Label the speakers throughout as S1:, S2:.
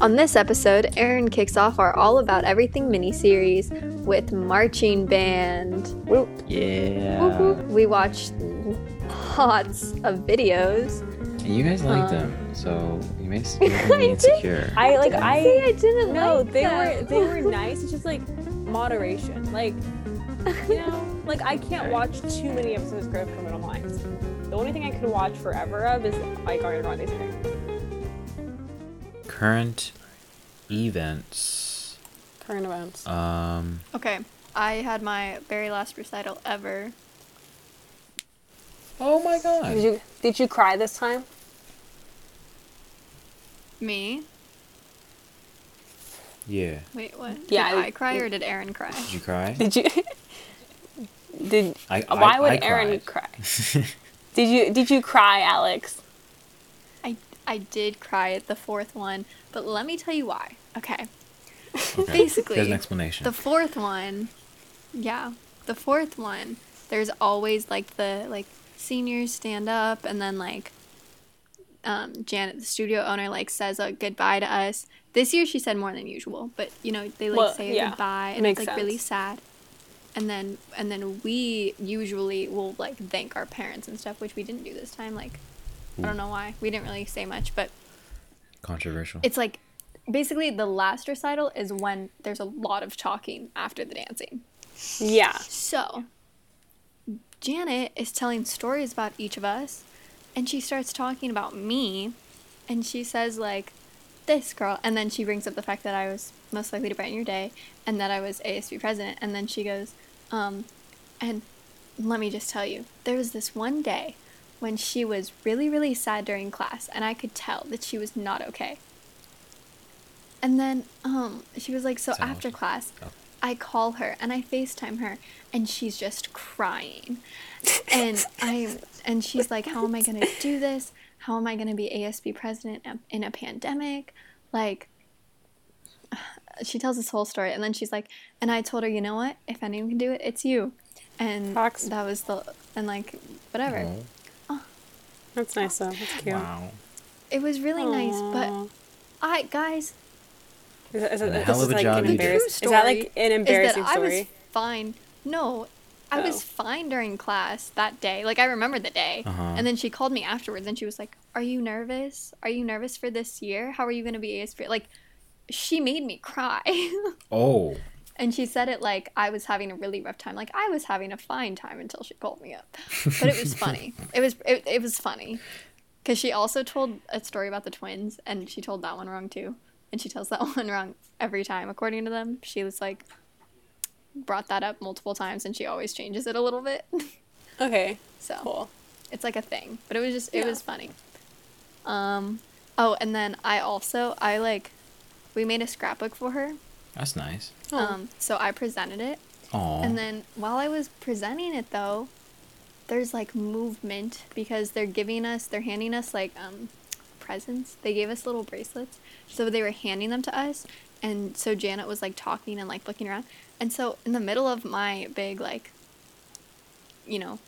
S1: On this episode, Aaron kicks off our All About Everything mini series with Marching Band.
S2: Woo. Yeah.
S1: Woohoo. We watched lots of videos.
S2: And you guys liked
S1: Um,
S2: them, so you may s-
S1: I did.
S2: be insecure.
S3: I like
S2: Didn't
S1: See,
S3: I
S1: I didn't
S3: no,
S1: like
S3: they were
S1: that.
S3: they were nice. It's just like moderation. Like you know, like I can't watch too many episodes of Grove Criminal Minds. The only thing I could watch forever of is like Ariana Grande's hair.
S2: Current events.
S3: Current events.
S2: Um,
S4: Okay. I had my very last recital ever.
S2: oh my god.
S3: Did you did you cry this time?
S4: Me?
S2: yeah.
S4: Wait, what?
S3: Yeah,
S4: Did
S3: I-
S4: I, cry or did Aaron cry?
S2: Did you cry?
S3: Did you did
S2: I- I-
S3: why would
S2: I
S3: Aaron
S2: cried.
S3: cry? did you did you cry, Alex?
S4: I I did cry at the fourth one, but let me tell you why. Okay.
S2: Okay,
S4: Basically,
S2: There's an explanation.
S4: The fourth one, yeah, the fourth one. There's always like the like seniors stand up, and then like um, Janet, the studio owner, like says a goodbye to us. This year she said more than usual, but you know they like
S3: Well,
S4: say
S3: yeah,
S4: a goodbye, and
S3: makes
S4: it's like really
S3: sense.
S4: sad. And then and then we usually will like thank our parents and stuff, which we didn't do this time. Like I don't know why we didn't really say much, but
S2: Controversial.
S4: it's like basically the last recital is when there's a lot of talking after the dancing.
S3: Yeah.
S4: So, Janet is telling stories about each of us, and she starts talking about me, and she says, like, this girl. And then she brings up the fact that I was most likely to brighten your day and that I was ASB president. And then she goes, um, and let me just tell you, there was this one day when she was really, really sad during class, and I could tell that she was not okay. And then um, she was like, so
S2: Sounds-
S4: after class,
S2: Oh.
S4: I call her and I FaceTime her, and she's just crying, and I and she's like, how am I gonna do this? How am I gonna be ASB president in a- in a pandemic? Like, she tells this whole story, and then she's like, and I told her, you know what? If anyone can do it, it's you. And
S3: Facts.
S4: that was the and like whatever.
S2: Oh,
S3: That's nice though. That's cute.
S2: wow.
S4: It was really nice,
S3: Aw.
S4: but I guys
S3: Is, is, is,
S2: And a
S3: this
S2: hell
S3: is
S2: of a
S3: like
S2: job
S3: an
S2: you did.
S3: embarrassing,
S4: True
S3: Is that like
S4: story
S3: an embarrassing
S4: is that I
S3: story?
S4: was fine. No, I
S3: Oh.
S4: was fine during class that day. Like I remember the day,
S2: Uh-huh.
S4: and then she called me afterwards, and she was like, "Are you nervous? Are you nervous for this year? How are you going to be ASP?" Like, she made me cry.
S2: Oh.
S4: And she said it like I was having a really rough time. Like I was having a fine time until she called me up. But it was funny. it was it, it was funny. Cuz she also told a story about the twins and she told that one wrong too. And she tells that one wrong every time according to them. She was like brought that up multiple times and she always changes it a little bit.
S3: okay.
S4: so
S3: Cool.
S4: it's like a thing but it was just it
S3: Yeah.
S4: was funny um oh and then i also i like we made a scrapbook for her
S2: That's nice.
S3: Oh.
S4: um so i presented it
S2: Oh.
S4: and then while I was presenting it though, there's like movement because they're giving us, they're handing us like um presents. They gave us little bracelets. So they were handing them to us and so Janet was like talking and like looking around. And so in the middle of my big like you know,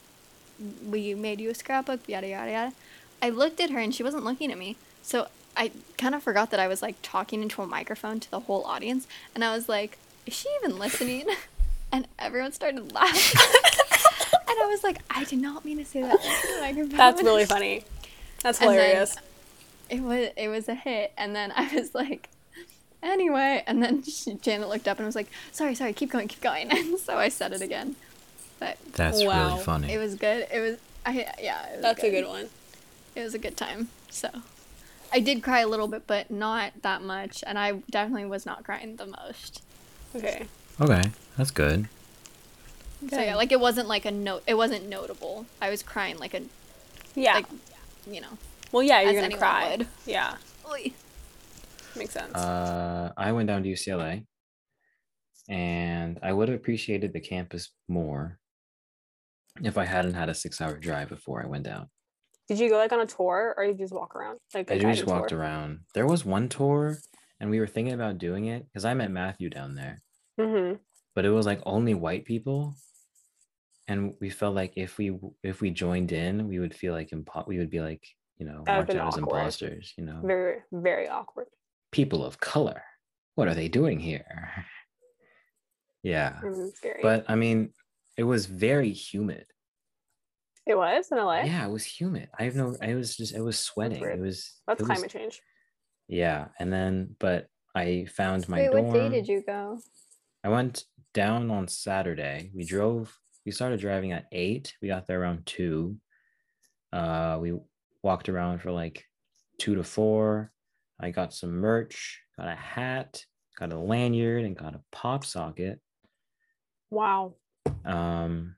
S4: we made you a scrapbook, yada yada yada. I looked at her and she wasn't looking at me. So I kind of forgot that I was like talking into a microphone to the whole audience and I was like, is she even listening? And everyone started laughing. and I was like, I did not mean to say that into the microphone.
S3: That's really funny. That's
S4: And then-
S3: hilarious.
S4: It was it was a hit and then I was like anyway and then she, Janet looked up and was like, "Sorry, sorry, keep going, keep going." And so I said it again. But
S2: That's
S3: Wow.
S2: really funny.
S4: it was good. It was I yeah, it was
S3: That's a good one.
S4: it was a good time. So I did cry a little bit, but not that much, and I definitely was not crying the most.
S3: Okay.
S2: okay. That's good.
S4: So yeah, like it wasn't like a note. It wasn't notable. I was crying like a
S3: Yeah.
S4: like you know.
S3: well, yeah,
S4: as
S3: you're gonna
S4: anyone
S3: cry.
S4: would.
S3: Yeah,
S4: Oy.
S3: makes sense.
S2: Uh, I went down to UCLA, and I would have appreciated the campus more if I hadn't had a six-hour drive before I went down.
S3: did you go like on a tour, or did you just walk around? Like a
S2: I just
S3: guided
S2: walked
S3: tour?
S2: around. There was one tour, and we were thinking about doing it because I met Matthew down there,
S3: Mhm.
S2: but it was like only white people, and we felt like if we w- if we joined in, we would feel like impo- we would be like you know
S3: That would've
S2: marked
S3: been
S2: out as
S3: awkward.
S2: imposters, you know.
S3: Very, very awkward.
S2: people of color. What are they doing here? Yeah.
S3: It was Mm-hmm. scary.
S2: Uh, But I mean, it was very humid.
S3: it was in LA.
S2: Yeah, it was humid. I have no, I was just, I was sweating.
S3: weird.
S2: It was,
S3: That's
S2: it was-
S3: climate change.
S2: Yeah. And then, but I found my
S4: Wait,
S2: dorm.
S4: what day did you go?
S2: I went down on Saturday. We drove, we started driving at eight. We got there around two. Uh, we walked around for like two to four. I got some merch, got a hat, got a lanyard, and got a pop socket.
S3: Wow.
S2: Um,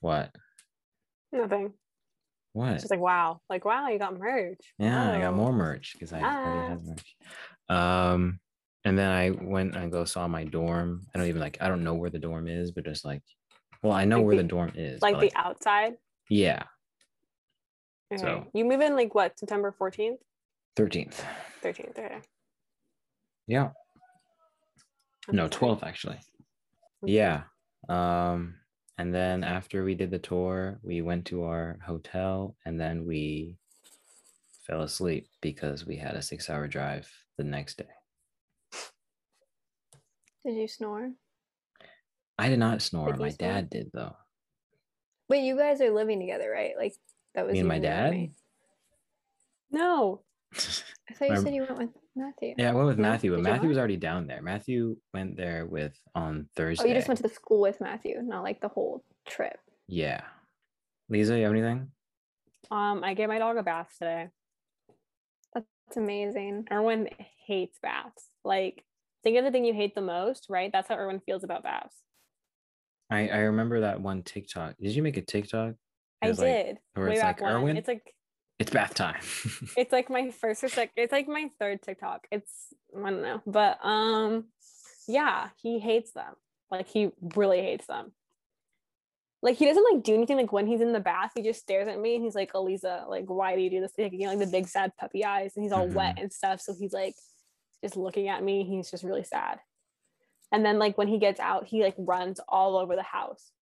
S2: what?
S3: Nothing.
S2: What?
S3: It's just like wow. Like wow, you got merch.
S2: Yeah, I got
S3: Wow.
S2: more merch because I already had merch. Um, and then I went and go saw my dorm. I don't even like. I don't know where the dorm is, but just like, well, I know
S3: Like
S2: where
S3: the-
S2: the dorm is.
S3: Like
S2: but,
S3: the outside.
S2: yeah,
S3: Okay.
S2: So-
S3: You move in like what? September fourteenth,
S2: thirteenth.
S3: thirteenth. Okay.
S2: Yeah,
S3: I'm
S2: no,
S3: sorry.
S2: twelve actually.
S3: Okay.
S2: Yeah. Um, and then after we did the tour, we went to our hotel, and then we fell asleep because we had a six-hour drive the next day.
S4: Did you snore?
S2: I did not snore.
S4: Did you
S2: my
S4: snore?
S2: dad did though.
S4: Wait, you guys are living together, right? Like that was
S2: Me and
S4: you
S2: my
S4: your
S2: dad.
S4: roommate.
S3: No.
S4: I thought you
S2: My-
S4: said you went with Matthew.
S2: Yeah, I went with
S4: No?
S2: Matthew, but
S4: Did you
S2: Matthew
S4: not?
S2: was already down there. Matthew went there with on Thursday.
S4: Oh, you just went to the school with Matthew, not like the whole trip.
S2: Yeah. Lisa, you have anything?
S3: Um, I gave my dog a bath today.
S4: It's amazing.
S3: Erwin hates baths. Like, think of the thing you hate the most, right? That's how Erwin feels about baths.
S2: I I remember that one TikTok. Did you make a TikTok? It
S3: I
S2: was like,
S3: did.
S2: where
S3: way
S2: it's
S3: back
S2: like,
S3: when.
S2: "Erwin?"
S3: It's like
S2: It's bath time.
S3: it's like my first or second it's like my third tiktok it's i don't know but um yeah he hates them like he really hates them like he doesn't like do anything like when he's in the bath he just stares at me and he's like Aliza like why do you do this like you know like the big sad puppy eyes and he's all wet and stuff so he's like just looking at me he's just really sad and then like when he gets out he like runs all over the house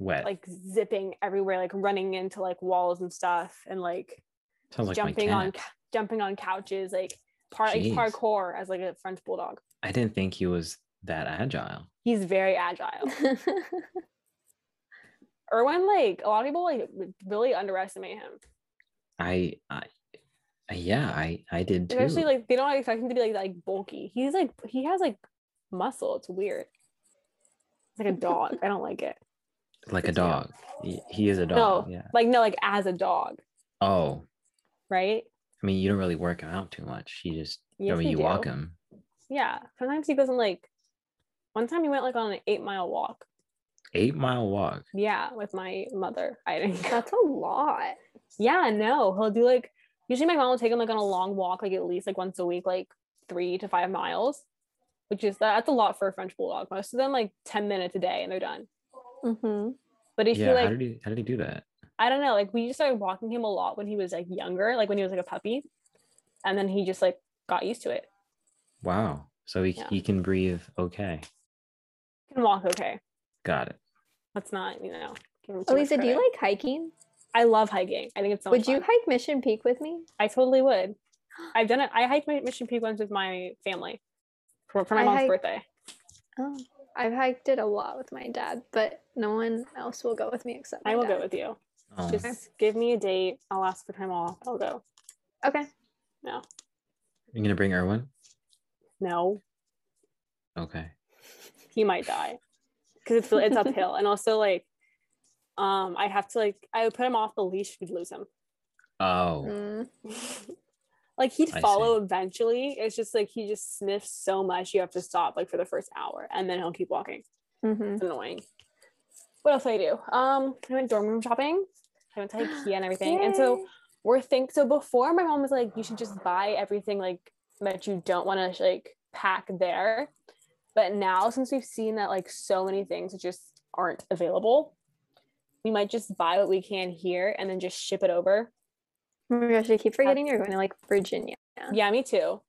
S2: Wet.
S3: like zipping everywhere like running into like walls and stuff and like
S2: Sounds like
S3: jumping
S2: my
S3: on
S2: cat.
S3: cou- jumping on couches like par- like
S2: Jeez.
S3: parkour as like a French bulldog.
S2: I didn't think he was that agile.
S3: He's very agile.
S4: That's
S3: Erwin, like a lot of people like really underestimate him,
S2: I I I- yeah, I I did too.
S3: especially like they don't expect him to be like like bulky. He's like he has like muscle. It's weird. It's like a dog. I don't like it.
S2: Like a
S3: Yeah.
S2: dog. He, he is a dog. Yeah.
S3: Like no, like as a dog,
S2: Oh,
S3: right?
S2: I mean, you don't really work him out too much. You just I
S3: Yes,
S2: mean,
S3: we
S2: you walk
S3: do.
S2: him.
S3: Yeah. Sometimes he doesn't like. One time he went like on an eight mile walk.
S2: Eight mile walk.
S3: Yeah, with my mother. I didn't. go.
S4: a lot.
S3: Yeah, no, he'll do like usually my mom will take him like on a long walk, like at least like once a week, like three to five miles, which is that's a lot for a French bulldog. Most of them like ten minutes a day and they're done.
S4: Mm-hmm.
S3: But if
S2: yeah.
S3: he
S2: how
S3: like
S2: did he how did he do that?
S3: I don't know, like we just started walking him a lot when he was like younger, like when he was like a puppy, and then he just like got used to it.
S2: Wow. So he,
S3: Yeah.
S2: he can breathe okay.
S3: He can walk okay.
S2: Got it.
S3: Let's not you know. give him too much
S4: Elisa, do you
S3: credit.
S4: like hiking?
S3: I love hiking. I think it's so
S4: would
S3: much
S4: you
S3: fun.
S4: hike Mission Peak with me?
S3: I totally would. I've done it. I hiked my Mission Peak once with my family for, for my
S4: I
S3: mom's
S4: hike-
S3: birthday.
S4: Oh, I've hiked it a lot with my dad, but no one else will go with me except my
S3: I will
S4: dad.
S3: go with you.
S2: Oh,
S3: Just give me a date. I'll ask for time off. I'll go.
S4: Okay.
S3: No,
S2: you're gonna bring Erwin?
S3: no,
S2: Okay.
S3: he might die because it's it's uphill, and also like, um, I have to like I would put him off the leash, we'd lose him.
S2: Oh,
S4: Mm,
S3: like he'd
S2: I see.
S3: follow eventually. It's just like he just sniffs so much, you have to stop like for the first hour, and then he'll keep walking.
S4: mhm.
S3: It's annoying. What else did I do? Um, I went dorm room shopping. I went to IKEA and everything, and so.
S4: Yay.
S3: we're think so before my mom was like you should just buy everything like that you don't want to like pack there but now since we've seen that like so many things just aren't available we might just buy what we can here and then just ship it over
S4: Oh my gosh, I keep forgetting you're going to like Virginia.
S3: yeah me too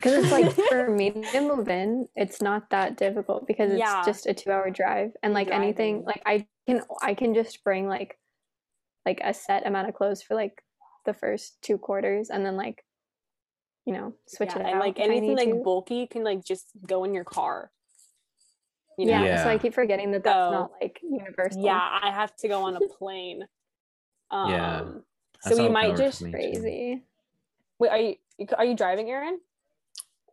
S4: Because it's like for me to move in, it's not that difficult because it's
S3: Yeah.
S4: just a two hour drive. And like anything,
S3: Driving.
S4: like I can I can just bring like like a set amount of clothes for like the first two quarters and then like you know, switch
S3: yeah,
S4: it
S3: and
S4: out
S3: like
S4: if I
S3: anything
S4: need
S3: like
S4: to.
S3: bulky can like just go in your car. You know?
S4: yeah,
S2: Yeah.
S4: So I keep forgetting that that's
S3: So-
S4: not like universal.
S3: Yeah, I have to go on a plane. Um,
S2: Yeah. That
S3: So we
S2: sounds
S3: might
S2: kinda work
S3: just
S2: for me, too.
S4: Crazy.
S3: wait. Are you are you driving, Aaron?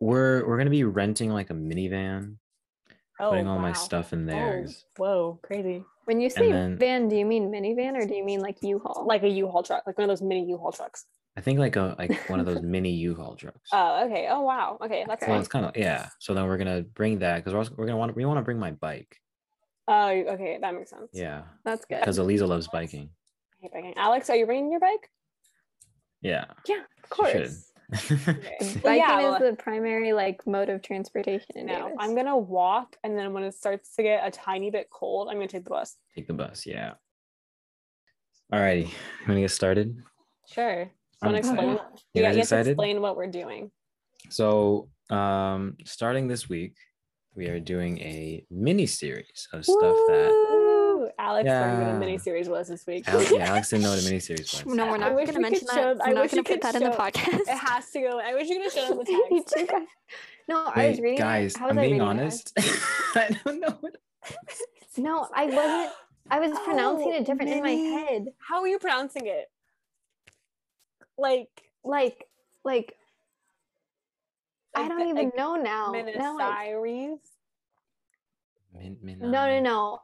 S2: We're we're gonna be renting like a minivan, putting all my
S3: Oh, wow.
S2: stuff in theirs.
S3: Oh, Whoa, crazy!
S4: When you say
S2: then-
S4: van, do you mean minivan or do you mean like U-Haul?
S3: Like a U-Haul truck, like one of those mini U-Haul trucks.
S2: I think like a like one of those mini U-Haul trucks.
S3: Oh, okay. Oh, wow. Okay, that's
S4: Okay.
S2: Well,
S3: fun.
S2: it's kind of yeah. So then we're gonna bring that because we're also, we're gonna want we want to bring my bike.
S3: Oh, okay, that makes sense.
S2: Yeah,
S4: that's good.
S2: because Eliza loves biking.
S3: Okay, biking. Alex, are you bringing your bike?
S2: Yeah,
S3: Yeah, of
S2: She should.
S3: course. Okay. But
S4: Biking
S3: yeah, well,
S4: is the primary like mode of transportation in
S3: no,
S4: Davis.
S3: I'm gonna walk, and then when it starts to get a tiny bit cold, I'm gonna take the bus.
S2: Take the bus. Yeah. Alrighty, I'm gonna get started.
S3: Sure.
S2: I'm
S3: Wanna explain?
S2: excited.
S3: what- yeah, you
S2: You guys
S3: have to
S2: excited?
S3: explain what we're doing.
S2: So, um, starting this week, we are doing a mini series of stuff that
S3: Woo! Alex learned what a
S2: Yeah.
S3: mini series was this week.
S2: Alex, yeah, Alex didn't know what a mini series was.
S5: No, we're
S3: I
S5: not going
S3: wish
S5: to
S3: we
S5: mention
S3: could show-
S5: that.
S3: I
S5: We're not
S3: wish
S5: going to
S3: we
S5: put
S3: could
S5: that in the
S3: show-
S5: podcast.
S3: It has to go. I wish you could have shown the
S4: You
S3: text.
S4: two guys- No, I was
S2: Wait,
S4: reading. it-
S2: guys,
S4: how was
S2: I'm
S4: I
S2: being
S4: reading it? I was-
S2: honest. I don't know. What,
S4: No, I wasn't. I was pronouncing
S3: Oh,
S4: it different in my
S3: mini-
S4: head.
S3: How are you pronouncing it? Like
S4: Like, like I
S3: like
S4: don't
S3: the-
S4: even
S3: like
S4: know
S3: Oh,
S4: now. Now I,
S3: Miniseries.
S2: min, min, um,
S4: no, no, no.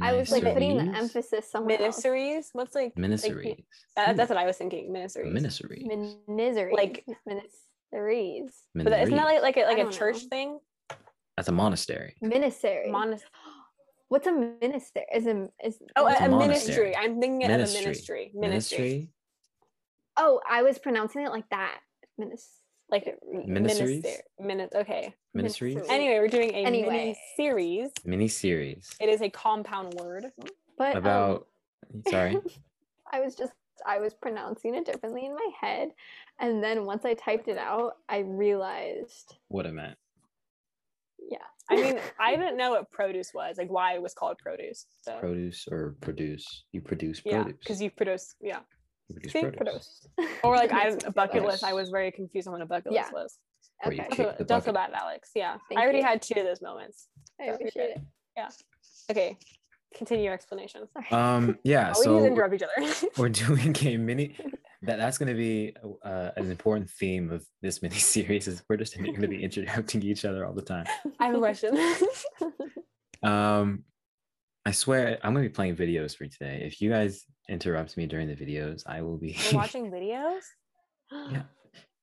S4: I was like putting the emphasis
S3: Oh,
S4: somewhere else.
S3: Miniseries. What's like
S2: Miniseries.
S3: that, that's what I was thinking. Miniseries.
S2: Miniseries.
S4: Min- miseries.
S3: Like-
S4: miniseries.
S3: But that, isn't that like like a, like
S4: I
S3: a
S4: don't
S3: church
S4: know.
S3: thing?
S2: That's a monastery.
S4: Ministry.
S3: Monas-
S4: What's a minister? Is a is
S3: oh,
S4: is
S2: It's
S3: a,
S2: a
S3: a
S2: monastery.
S3: ministry. I'm thinking of a
S2: Ministry.
S3: ministry.
S2: Ministry.
S3: Ministry.
S4: Oh, I was pronouncing it like that. Minis-
S3: Like
S2: Miniseries?
S3: minister. Minutes. Okay.
S2: Ministries.
S4: Ministry.
S3: Anyway, we're doing a
S4: Anyway.
S3: mini series.
S2: Miniseries.
S3: It is a compound word.
S4: But um,
S2: About. Sorry.
S4: I was just I was pronouncing it differently in my head, and then once I typed it out, I realized.
S2: what it meant.
S3: I mean, I didn't know what produce was, like why it was called produce. So
S2: Produce or produce. You produce
S3: yeah,
S2: produce.
S3: because you produce, yeah.
S2: You produce
S3: see, Or like I a bucket list. I was very confused on what a bucket
S4: Yeah.
S3: list was.
S2: Where you
S4: Okay.
S2: kick
S3: So
S2: the
S3: don't feel
S2: bucket.
S3: bad, Alex. Yeah,
S4: Thank
S3: I already
S4: you.
S3: had two of those
S4: I
S3: moments. so you're
S4: appreciate it.
S3: Okay, continue your explanation.
S2: Um. Yeah.
S3: All we do is
S2: So
S3: interrupt each other.
S2: we're doing a mini. That, that's going to be uh, an important theme of this mini series. Is we're just going to be interrupting each other all the time.
S3: I'm Russian.
S2: Um, I swear I'm gonna be playing videos for today. If you guys interrupt me during the videos, I will be.
S3: We're watching videos.
S2: Yeah.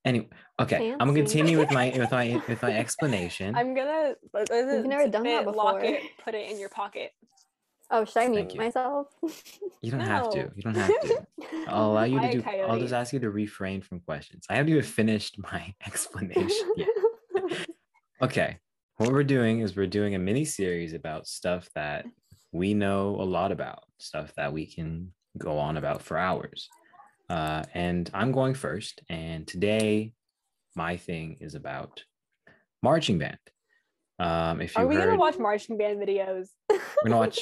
S2: anyway, okay, I'm gonna
S4: Fancy.
S2: continue with my with my with my explanation.
S3: I'm gonna. We've
S4: You've never done that
S3: Lock
S4: before.
S3: it, put it in your pocket.
S4: Oh, should I
S2: Thank
S4: mute
S2: you.
S4: myself?
S2: you don't have
S3: no.
S2: to. You don't have to. I'll allow you to
S3: Hi,
S2: do. I'll
S3: coyote.
S2: just ask you to refrain from questions. I haven't even finished my explanation. yet. Okay, what we're doing is we're doing a mini series about stuff that we know a lot about, stuff that we can go on about for hours. Uh, and I'm going first. And today, my thing is about marching band. Um, if you
S3: Are we
S2: heard,
S3: gonna watch marching band videos?
S2: we're gonna watch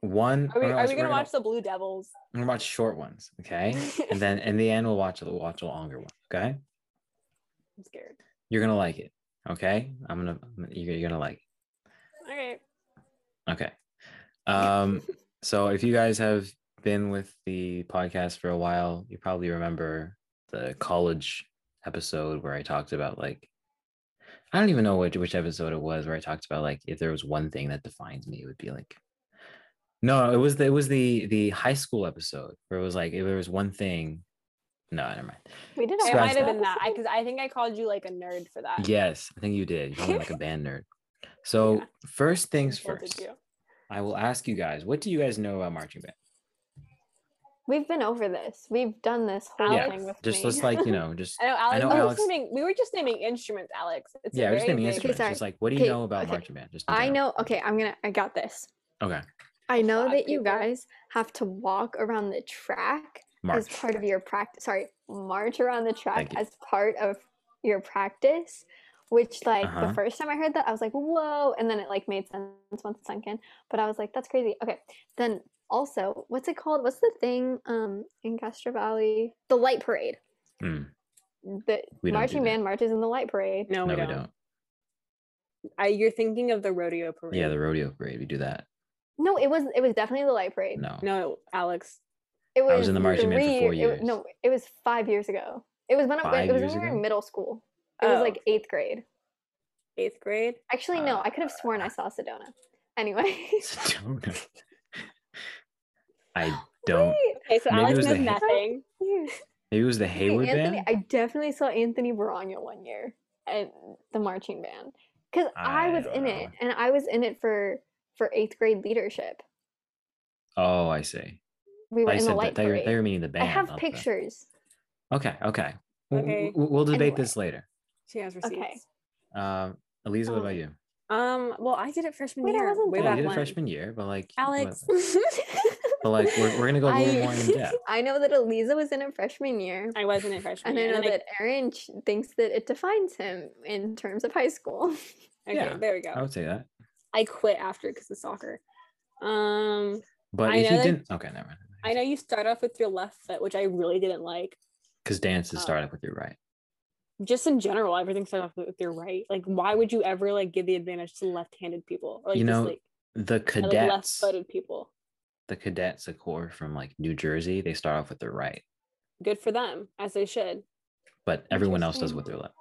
S2: one.
S3: Are we,
S2: we're
S3: are we
S2: we're
S3: gonna watch the Blue Devils?
S2: we're gonna watch short ones, okay? and then in the end, we'll watch a watch a longer one, okay?
S3: I'm scared.
S2: You're gonna like it, okay? I'm gonna you're, you're gonna like. it.
S3: Okay.
S2: Okay. Um, so if you guys have been with the podcast for a while, you probably remember the college episode where I talked about like I don't even know which which episode it was where I talked about like if there was one thing that defines me, it would be like no, it was the, it was the the high school episode where it was like if there was one thing. No, never mind.
S4: we did.
S2: So
S4: a
S3: It
S2: that's-
S3: might have
S4: podcast
S3: been that. I
S4: episode?
S3: because I think I called you like a nerd for that.
S2: Yes, I think you did. You called me like a band nerd. So first
S3: I
S2: things
S3: insulted
S2: first,
S3: you.
S2: I will ask you guys, what do you guys know about marching band?
S4: We've been over this. We've done this whole
S2: Yeah,
S4: thing with
S2: just
S4: me.
S2: let's like you know just
S3: I know Alex.
S2: know
S3: we, were
S2: Alex-
S3: just naming, we were just naming instruments, Alex. It's a
S2: yeah we're just
S3: very
S2: naming
S3: big-
S2: instruments
S4: sorry.
S2: just like what do you
S4: Okay,
S2: know about
S4: okay.
S2: marching band just in
S4: I
S2: general.
S4: know. Okay, I'm gonna. I got this.
S2: okay
S4: I know
S3: Fuck,
S4: that you
S3: people.
S4: guys have to walk around the track
S2: march
S4: as part of your practice sorry march around the track
S2: Thank you.
S4: as part of your practice which like
S2: Uh-huh.
S4: the first time i heard that i was like whoa and then it like made sense once it sunk in but i was like that's crazy okay then also what's it called what's the thing um in castro valley the light parade
S2: Mm.
S4: the
S2: We don't do
S4: marching
S2: that.
S4: band marches in the light parade.
S3: No,
S2: No,
S3: we don't. I, you're thinking of the rodeo parade.
S2: Yeah, the rodeo parade. We do that.
S4: No, it was it was definitely the light parade.
S2: No.
S3: no, Alex.
S4: It was,
S2: I was in the marching band for
S4: three-
S2: four
S4: it-
S2: years.
S4: no, it was five years ago. It was when it,
S2: Five
S4: it was
S2: years
S4: when we were
S2: ago?
S4: in middle school. It was
S3: Oh,
S4: like eighth grade.
S3: eighth grade.
S4: Actually, no,
S2: Ah.
S4: I could have sworn I saw Sedona. Anyway,
S2: Sedona. I don't.
S4: Wait,
S3: Okay, so
S2: Maybe it
S3: Alex
S2: was
S3: knows
S2: the-
S3: nothing.
S2: Maybe it was the
S4: wait,
S2: Hayward
S4: Anthony,
S2: band.
S4: I definitely saw Anthony Baragna one year at the marching band because I,
S2: I
S4: was
S2: don't
S4: in
S2: know.
S4: it, and I was in it for for eighth grade leadership.
S2: Oh, I see.
S4: We were
S2: I
S4: in the
S2: said
S4: light
S2: that they were,
S4: parade.
S2: they were meaning the band.
S4: I have
S2: not the-
S4: pictures.
S2: Okay, okay. W- w-
S3: Okay.
S2: w- We'll debate
S4: Anyway.
S2: this later.
S3: She has receipts.
S4: Okay.
S2: Um, Elisa,
S4: Oh,
S2: what about
S3: Um,
S2: you?
S3: Um. Well, I did it freshman
S4: Wait, I
S3: year.
S4: wasn't
S3: way
S4: there.
S3: back
S2: Yeah, you did it
S3: when.
S2: freshman year, but like, but-
S3: Alex.
S2: but like, we're, we're gonna go a little
S4: I-
S2: more in depth.
S4: I know that Eliza was in it freshman year,
S3: I wasn't in freshman
S4: and I
S3: year.
S4: know
S3: and then
S4: that Aaron ch- thinks that it defines him in terms of high school.
S3: I- okay,
S2: yeah,
S3: there we go.
S2: I would say that.
S3: I quit after because of soccer. Um.
S2: But
S3: I
S2: if
S3: know
S2: you
S3: that-
S2: didn't, okay, never mind.
S3: I know you start off with your left foot, which I really didn't like.
S2: Because dances
S3: Oh.
S2: start up with your right.
S3: Just in general, everything starts off with your right. Like, why would you ever like give the advantage to left-handed people or like
S2: You know,
S3: just like,
S2: The
S3: or, like,
S2: cadets,
S3: left-footed people?
S2: the cadets, the corps from like New Jersey, they start off with their right,
S3: Good for them, as they should.
S2: but everyone else does
S4: Interesting.
S2: with their left.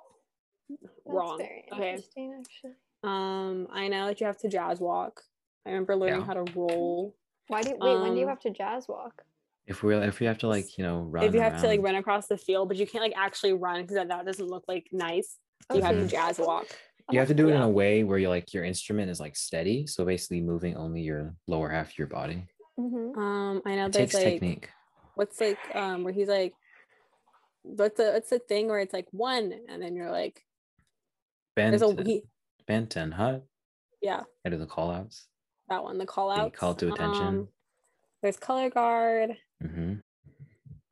S4: That's
S3: Wrong.
S4: very
S3: Okay.
S4: interesting, actually.
S3: Um, I know that you have to jazz walk. I remember learning
S2: Yeah.
S3: how to roll.
S4: Why do you, wait? when do you
S3: Um,
S4: have to jazz walk?
S2: If we are if we have to like you know run,
S3: if you have to like
S2: around-
S3: run across the field, but you can't like actually run because that, that doesn't look like nice. You have to
S2: Mhm.
S3: jazz walk.
S4: Oh
S2: you have to do it in
S3: yeah.
S2: a way where you like your instrument is like steady, so basically moving only your lower half of your body.
S4: hmm
S3: Um, I know
S2: It
S3: there's
S2: takes
S3: like
S2: technique.
S3: what's like um where he's like, what's the what's the thing where it's like one and then you're like there's a
S2: Benton,
S3: he,
S2: Benton, huh?
S3: yeah
S2: I do the call outs.
S3: that one the call
S2: The
S3: out
S2: call to attention.
S3: there's color guard.
S2: hmm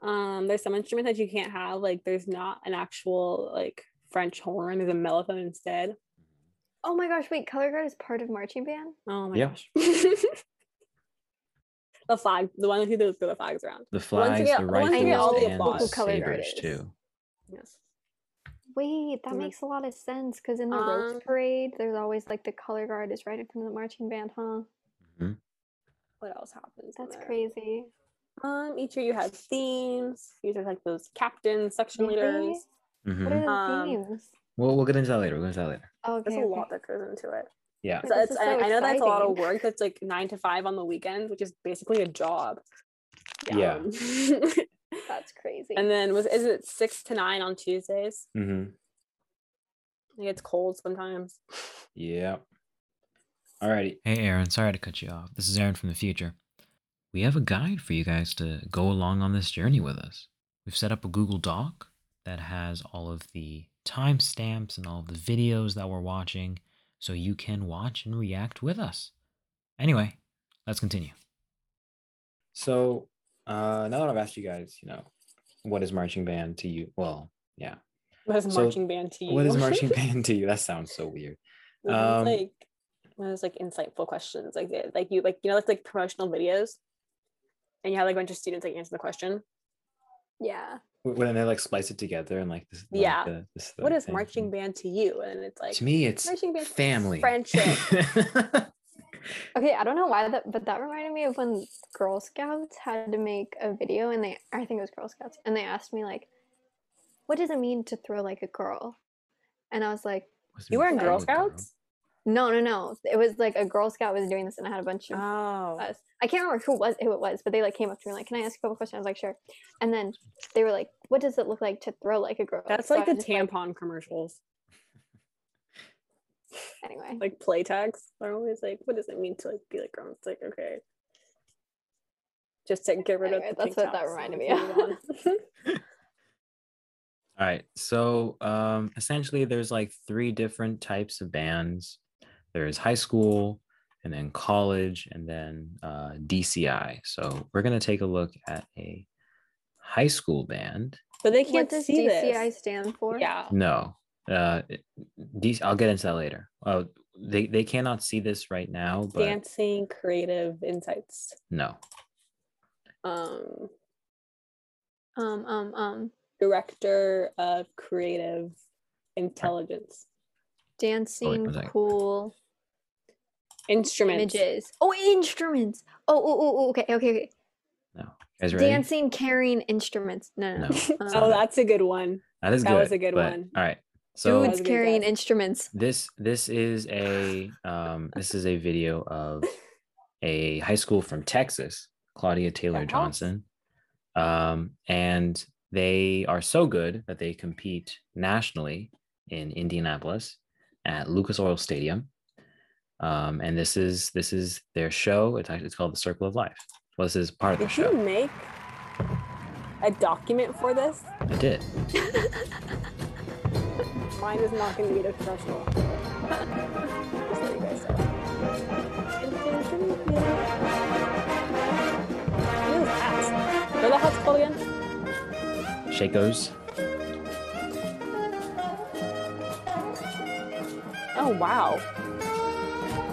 S3: Um, there's some instrument that you can't have. Like there's not an actual like French horn. There's a mellophone instead.
S4: Oh my gosh! Wait, color guard is part of marching band.
S3: Oh my
S2: Yeah.
S3: gosh. the flag, the one who throws the flags around.
S2: The flags,
S3: get-
S2: the
S3: once
S2: rifles,
S3: you
S4: get all the
S2: and the
S4: applause. Color guard
S2: sabers
S4: is.
S2: too.
S3: Yes.
S4: Wait, that
S3: Mhm.
S4: makes a lot of sense because in the roast
S3: Um,
S4: parade, there's always like the color guard is right in front of the marching band, huh?
S2: Mm-hmm.
S3: What else happens? in
S4: That's
S3: there?
S4: crazy.
S3: Um, each year you have themes. These are like those captains, section
S4: Really?
S3: leaders.
S4: What
S2: Mhm.
S4: are the
S3: Um,
S4: themes?
S2: We'll we'll get into that later. We'll get into that later.
S4: Oh, okay,
S3: There's a
S4: okay.
S3: lot that goes into it.
S2: Yeah.
S3: So
S4: This
S3: it's,
S4: is
S3: I,
S4: so
S3: I know that's a lot of
S4: exciting.
S3: work. That's like nine to five on the weekends, which is basically a job.
S2: Yeah.
S3: Um,
S4: That's crazy.
S3: and then was is it six to nine on Tuesdays?
S2: Mm-hmm.
S3: It gets cold sometimes.
S2: Yep. Alrighty. Hey Aaron, sorry to cut you off. This is Aaron from the future. We have a guide for you guys to go along on this journey with us. We've set up a Google Doc that has all of the timestamps and all of the videos that we're watching so you can watch and react with us. Anyway, let's continue. So, uh, now that I've asked you guys, you know, what is marching band to you? Well, yeah.
S3: What is
S2: So,
S3: marching band to you?
S2: What is marching band to you? That sounds so weird.
S3: Those
S2: Um,
S3: like one of those like insightful questions, like they- like you like you know that's like promotional videos, and you have like a bunch of students like answer the question.
S4: yeah.
S2: when they like splice it together and like this like,
S3: Yeah.
S2: the- this
S3: What
S2: the
S3: is
S2: thing.
S3: marching band to you? And it's like
S2: to me it's
S3: marching band
S2: family
S3: friendship.
S4: Okay, I don't know why that, but that reminded me of when Girl Scouts had to make a video, and they, I think it was Girl Scouts, and they asked me like, "What does it mean to throw like a girl?" And I was like,
S2: Wasn't
S3: you were in
S2: that
S3: Girl
S2: old, bro?
S3: Scouts?
S4: "No, no, no! It was like a Girl Scout was doing this, and I had a bunch of
S3: Oh,
S4: us. I can't remember who was who it was, but they like came up to me like, "Can I ask you a couple questions?" I was like, "Sure." And then they were like, "What does it look like to throw like a girl?"
S3: that's
S4: So
S3: like
S4: I
S3: the
S4: just,
S3: tampon commercials,
S4: anyway.
S3: like play tags. They're always like, what does it mean to like be like grown? It's like okay, just to get rid
S4: Anyway,
S3: of the
S4: that's what that
S3: TikToks
S4: reminded
S3: and
S4: me
S3: move
S4: of.
S3: on.
S2: All right. So um essentially there's like three different types of bands. There's high school and then college and then uh DCI. So we're gonna take a look at a high school band.
S3: but they
S4: what
S3: can't
S4: does
S3: see
S4: DCI
S3: this.
S4: stand for?
S3: Yeah,
S2: No. Uh DC, I'll get into that later. Oh they they cannot see this right now, but
S3: dancing creative insights.
S2: no.
S3: Um, Oh,
S4: Um, um, um.
S3: director of creative intelligence.
S4: Dancing,
S2: one second.
S4: cool
S3: Instruments.
S4: images. Oh, instruments. Oh, oh, oh, oh, okay, okay, okay.
S2: guys ready?
S4: Dancing, carrying instruments. No, no.
S2: No.
S4: Um,
S3: Oh, that's a good one.
S2: That is
S3: That was
S2: good,
S3: a good
S2: but-
S3: one.
S2: All right. So
S3: That was
S4: dudes
S3: a good
S4: carrying
S3: guess.
S4: instruments.
S2: this this is a um this is a video of a high school from Texas, Claudia Taylor
S3: Yes.
S2: Johnson. Um and they are so good that they compete nationally in Indianapolis at Lucas Oil Stadium. Um and this is this is their show. It's actually it's called The Circle of Life. Well, this is part of the
S3: Did you
S2: show.
S3: make a document for this?
S2: I did.
S3: Mine is not going to be the professional. Just so you guys know. Those hats. What are the hats called again?
S2: Shakos.
S3: Oh wow!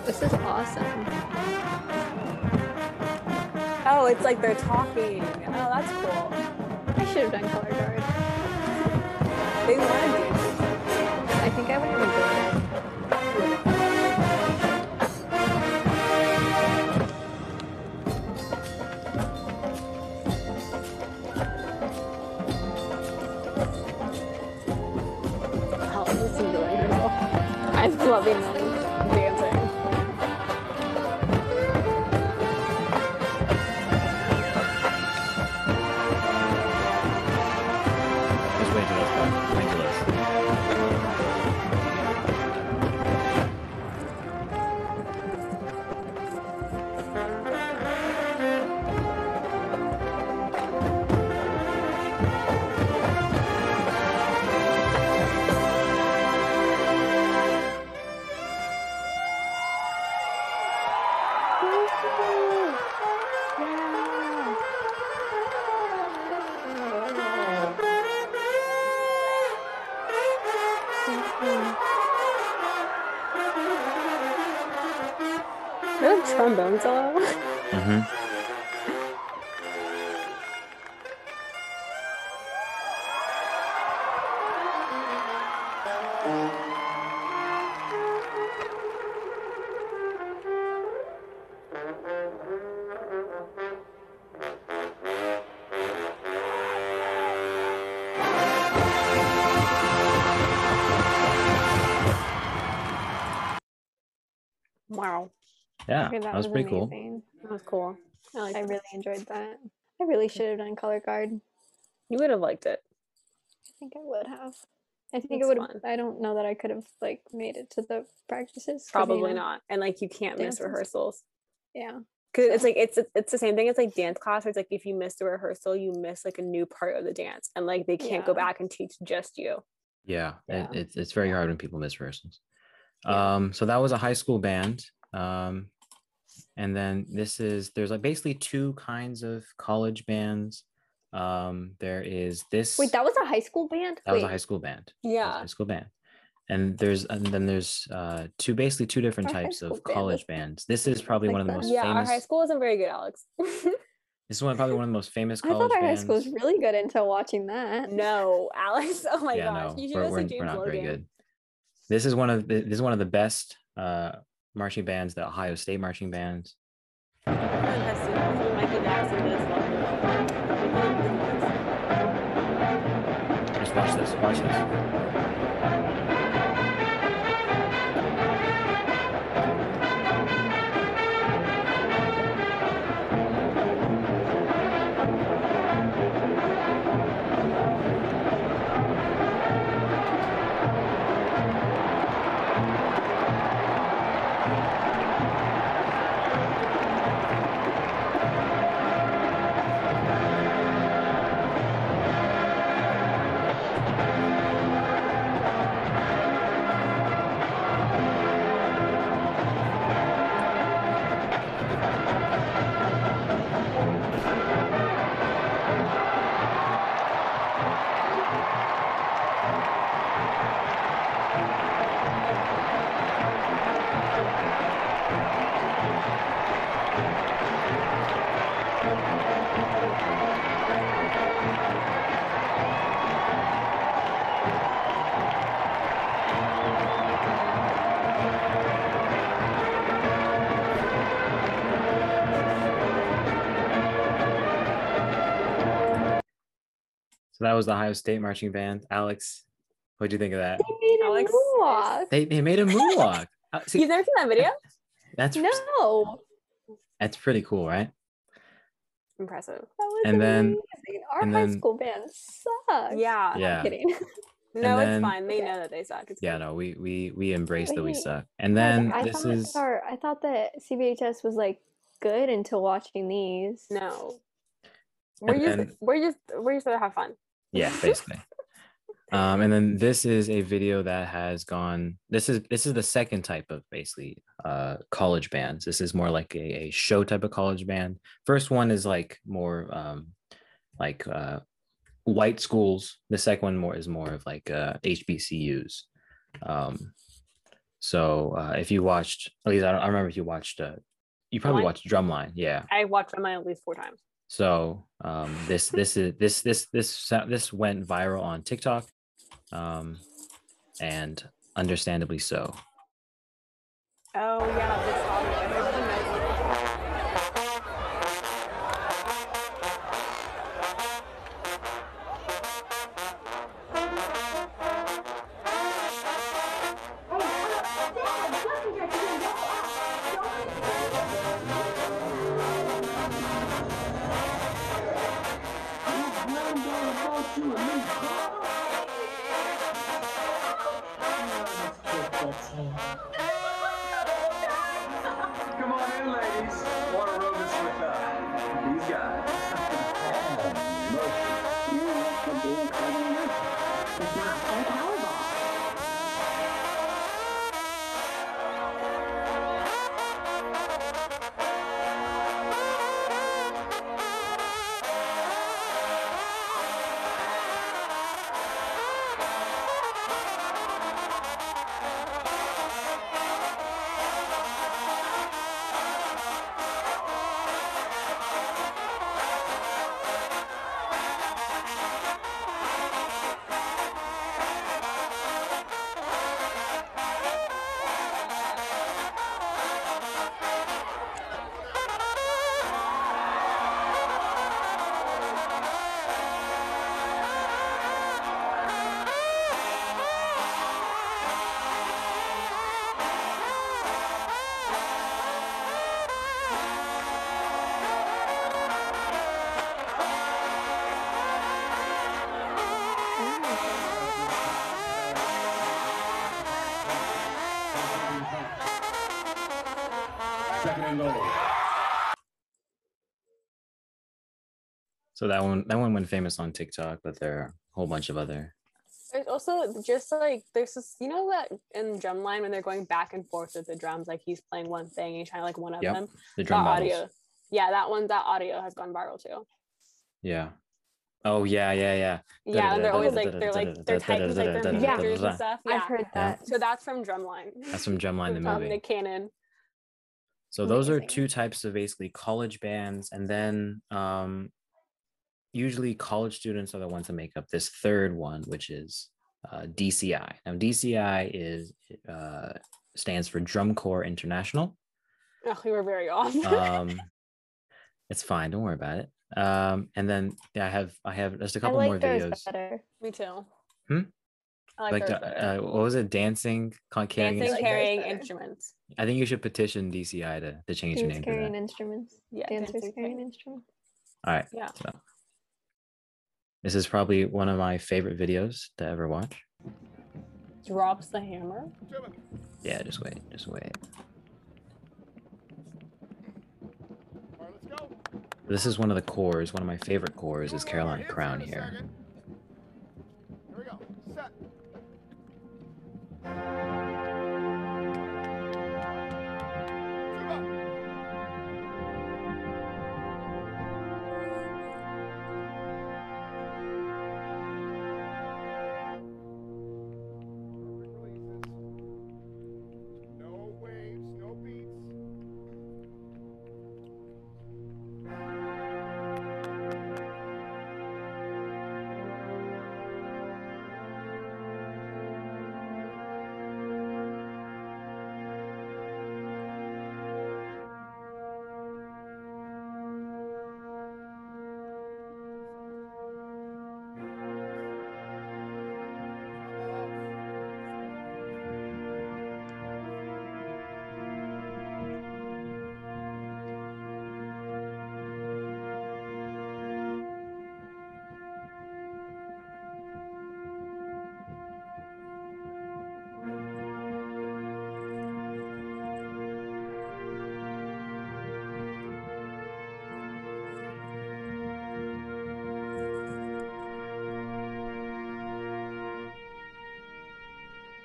S4: This is awesome.
S3: Oh, it's like they're talking. Oh, that's cool.
S4: I should have done color guard.
S3: They want
S4: I think I would have enjoyed it.
S3: to. Oh, I'm just enjoying herself. I'm loving them dancing.
S2: Just wait till this part. Wait till this.
S3: Is that a trombone solo?
S2: Mm-hmm.
S3: Wow,
S2: Yeah,
S4: Okay,
S2: that, was, pretty cool.
S4: amazing.
S3: that was cool. I, liked
S4: I
S3: it.
S4: really enjoyed that. I really should have done color guard. I
S3: you would have liked it.
S4: think I would have. I think
S3: It's
S4: it would
S3: fun.
S4: have. I don't know that I could have like made it to the practices. 'cause, you
S3: Probably
S4: know,
S3: not. And like you can't miss
S4: dances.
S3: rehearsals.
S4: Yeah.
S3: Cause it's like it's it's the same thing as like dance class. Where it's like if you miss a rehearsal, you miss like a new part of the dance, and like they can't go
S4: Yeah.
S3: back and teach just you.
S2: Yeah,
S4: Yeah.
S2: It, it's it's very hard when people miss rehearsals.
S3: Yeah.
S2: Um, so that was a high school band. Um, and then this is there's like basically two kinds of college bands. Um, there is this.
S4: Wait, that was a high school band.
S2: that
S4: Wait,
S2: was a high school band. That was a
S3: Yeah,
S2: high school band. And there's and then there's uh two basically two different
S4: Our high
S2: types
S4: school
S2: of
S4: band
S2: college
S4: was
S2: bands. This is probably
S4: like
S2: one of the
S4: that.
S2: most
S3: yeah. Our
S2: famous.
S3: high school isn't very good, Alex.
S2: This is one probably one of the most famous
S4: I
S2: college
S4: thought our high
S2: bands.
S4: school was really good into watching that.
S3: no, Alex. Oh my gosh, you should
S2: we're,
S3: go
S2: we're-
S3: see
S2: we're
S3: James
S2: not very
S3: Logan.
S2: good. This is one of the, this is one of the best uh, marching bands, the Ohio State marching bands.
S3: Everyone has seen this, and Michael Jackson did as well.
S2: Just watch this, watch this. So that was the Ohio State marching band. Alex, what'd you think of that?
S4: made a
S3: Alex
S4: moonwalk.
S2: They, they made a moonwalk. Uh,
S3: You've
S2: See,
S3: never seen that video?
S2: that's
S4: No.
S2: that's pretty cool, right?
S3: Impressive.
S4: That was
S2: And then-
S4: amazing. our
S2: and
S4: high
S2: then-
S4: school band sucks.
S3: Yeah.
S2: Yeah.
S4: Kidding.
S3: No,
S2: then-
S3: it's fine. They
S4: Yeah.
S3: know that they suck. It's
S2: Yeah,
S3: cool.
S2: no, we we we embrace that we
S4: Wait.
S2: suck. And then
S4: I
S2: this
S4: thought
S2: is
S4: our, I thought that CBHS was like good until watching these.
S3: No. We're
S2: And
S3: just
S2: then-
S3: we're just we're just there to have fun.
S2: yeah, basically. Um, and then this is a video that has gone. This is this is the second type of basically uh, college bands. This is more like a, a show type of college band. First one is like more um, like uh, white schools. The second one more is more of like uh, HBCUs. Um, so uh, if you watched, at least I, don't, I remember if you watched, uh, you probably
S3: Drumline?
S2: watched Drumline, yeah.
S3: I watched Drumline at least four times.
S2: So um, this this is this this this sou- this went viral on TikTok, um, and understandably so.
S3: Oh yeah, this song. I heard the noise.
S6: Come on in, ladies. Want to roll this with uh, these guys? Second and goal.
S2: So that one that one went famous on TikTok, but there are a whole bunch of other.
S3: There's also just like there's this you know that in drumline when they're going back and forth with the drums, like he's playing one thing and he's trying to like one up
S2: Yep,
S3: them.
S2: The drum
S3: that
S2: models.
S3: audio. Yeah, that one that audio has gone viral too.
S2: Yeah. Oh yeah, yeah, yeah.
S3: Yeah, and they're always like they're like they're typing like their
S4: Yeah.
S3: managers and stuff.
S4: I've
S3: Yeah.
S4: heard that.
S3: So that's from Drumline.
S2: That's from Drumline the
S3: Um,
S2: movie.
S3: Nick Cannon. Oh,
S2: So those are
S4: Amazing.
S2: two types of basically college bands, and then um, usually college students are the ones that make up this third one, which is uh, DCI. Now DCI is uh, stands for Drum Corps International.
S3: Oh, we were very off.
S2: Um, it's fine, don't worry about it. Um, and then yeah, I have I have just a
S4: I
S2: couple more
S4: like those
S2: videos.
S4: better.
S3: Me too.
S2: Hmm?
S3: I like,
S2: Like
S3: those
S2: the,
S3: better.
S2: uh, what was it? Dancing, con- carrying.
S3: dancing,
S4: like
S2: instruments?
S3: carrying
S4: better.
S3: instruments.
S2: I think you should petition DCI to, to change your
S4: Dudes
S2: name to that.
S4: carrying instruments.
S3: Yeah,
S4: Dancers
S3: dancing,
S4: carrying
S3: carrying.
S4: instruments.
S2: All right.
S3: Yeah.
S2: So this is probably one of my favorite videos to ever watch.
S3: Drops the hammer.
S2: Yeah, just wait, just wait. This is one of the cores, one of my favorite cores is Caroline Crown here.
S6: Here we go. Set. No waves, no beats.
S3: Wow.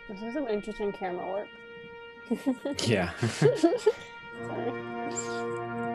S3: This is some interesting camera work.
S2: Yeah.
S3: Sorry.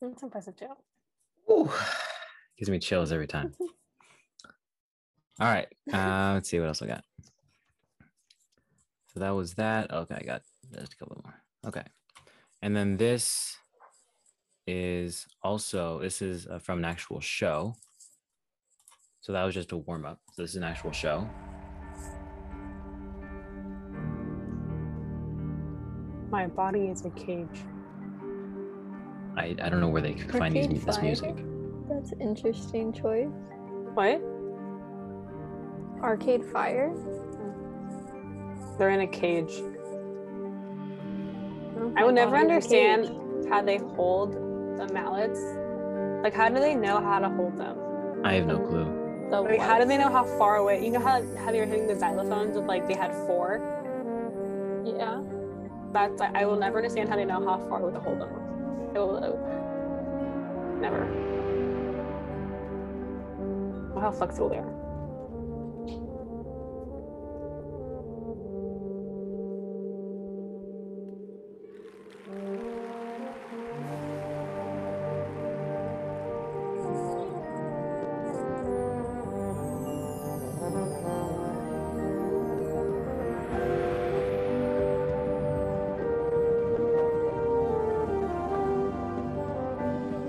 S3: That's impressive too.
S2: Ooh, gives me chills every time. All right. Uh, let's see what else we got. So that was that. Okay, I got just a couple more. Okay. And then this is also this is uh, from an actual show. So that was just a warm up. So this is an actual show.
S3: My body is a cage.
S2: I, I don't know where they could find these, mu- this
S3: Arcade Fire?
S2: music.
S4: That's interesting choice.
S3: What?
S4: Arcade Fire.
S3: They're in a cage.
S4: Oh,
S3: I
S4: my
S3: will never
S4: God, it's a cage.
S3: understand how they hold the mallets. Like, how do they know how to hold them?
S2: I have no clue.
S4: The
S3: Like, how do
S4: what?
S3: they know how far away? You know how how they were hitting the xylophones with like they had four.
S4: Yeah.
S3: That's I, I will never understand how they know how far away to hold them. I will I- never. Or How flexible they are.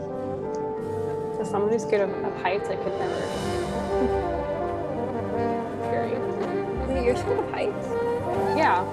S3: So someone who's scared of, of heights, I could never. Scary.
S4: Wait, you're scared of heights?
S3: Yeah.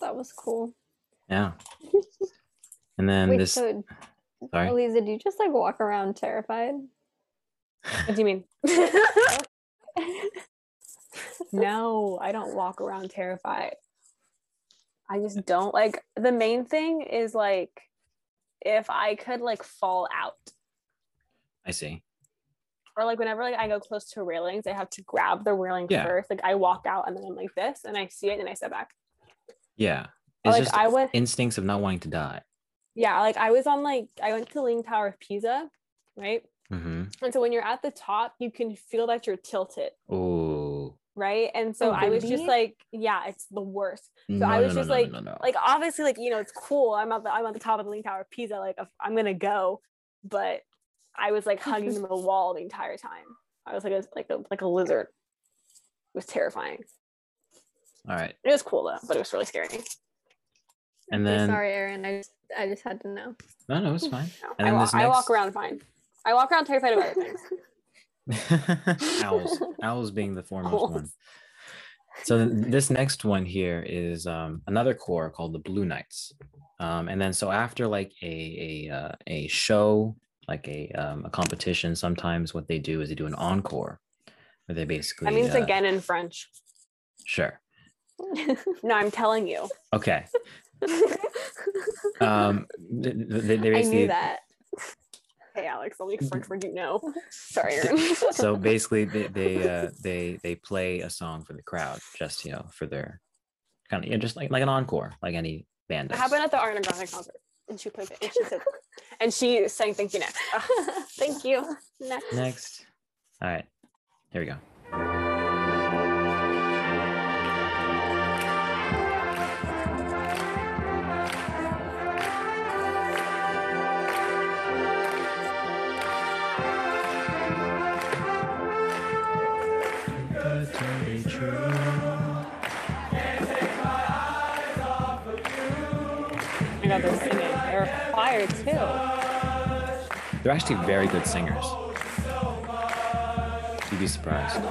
S4: That was cool.
S2: Yeah. And then
S4: Wait,
S2: this.
S4: so
S2: sorry.
S4: Eliza, do you just like walk around terrified?
S3: What do you mean? no, I don't walk around terrified. I just don't like the main thing is like if I could like fall out
S2: I see.
S3: or like whenever like I go close to railings, I have to grab the railing
S2: Yeah.
S3: first. Like I walk out and then I'm like this and I see it and I step back.
S2: Yeah.
S3: Or,
S2: It's
S3: like
S2: just
S3: I went
S2: instincts of not wanting to die.
S3: yeah, like I was on like I went to the Leaning Tower of Pisa, right?
S2: Mm-hmm.
S3: And so when you're at the top, you can feel that you're tilted,
S2: Oh.
S3: right? And so
S4: Oh,
S3: I was just
S4: really?
S3: like, yeah, it's the worst.
S2: No,
S3: I
S2: no,
S3: was
S2: no,
S3: just
S2: no,
S3: like-
S2: no, no.
S3: like obviously like you know it's cool i'm at the i'm at the top of the leaning tower of pisa like of- i'm gonna go but i was like hugging the wall the entire time i was like a, like a like a lizard it was terrifying
S2: All right.
S3: it was cool though but it was really scary
S2: And
S4: Okay,
S2: then
S4: sorry, Erin. I just I just had to know.
S2: no, no, it's fine.
S3: No,
S2: And
S3: I,
S2: then
S3: wa-
S2: this
S3: I walk
S2: next-
S3: around fine i walk around terrified of other things
S2: owls, owls being the foremost one.
S3: Owls.
S2: So th- this next one here is um, another core called the Blue Knights, um, and then so after like a a uh, a show like a um, a competition, sometimes what they do is they do an encore, where they basically.
S3: That means
S2: uh,
S3: again in French.
S2: Sure.
S3: No, I'm telling you.
S2: Okay. Um, th- th- they, they
S3: I
S2: basically
S3: knew that. Hey, Alex, only French word you know. Sorry, Aaron.
S2: so basically they they uh, they they play a song for the crowd just you know for their kind of you know, just like like an encore like any band
S3: What
S2: does.
S3: happened at the Ariana Grande concert? And she played it. And she said, and she sang "Thank You" next. Ugh, thank you. Next.
S2: next all right here we go
S3: I got they're singing. They're fire too.
S2: they're actually very good singers you'd be surprised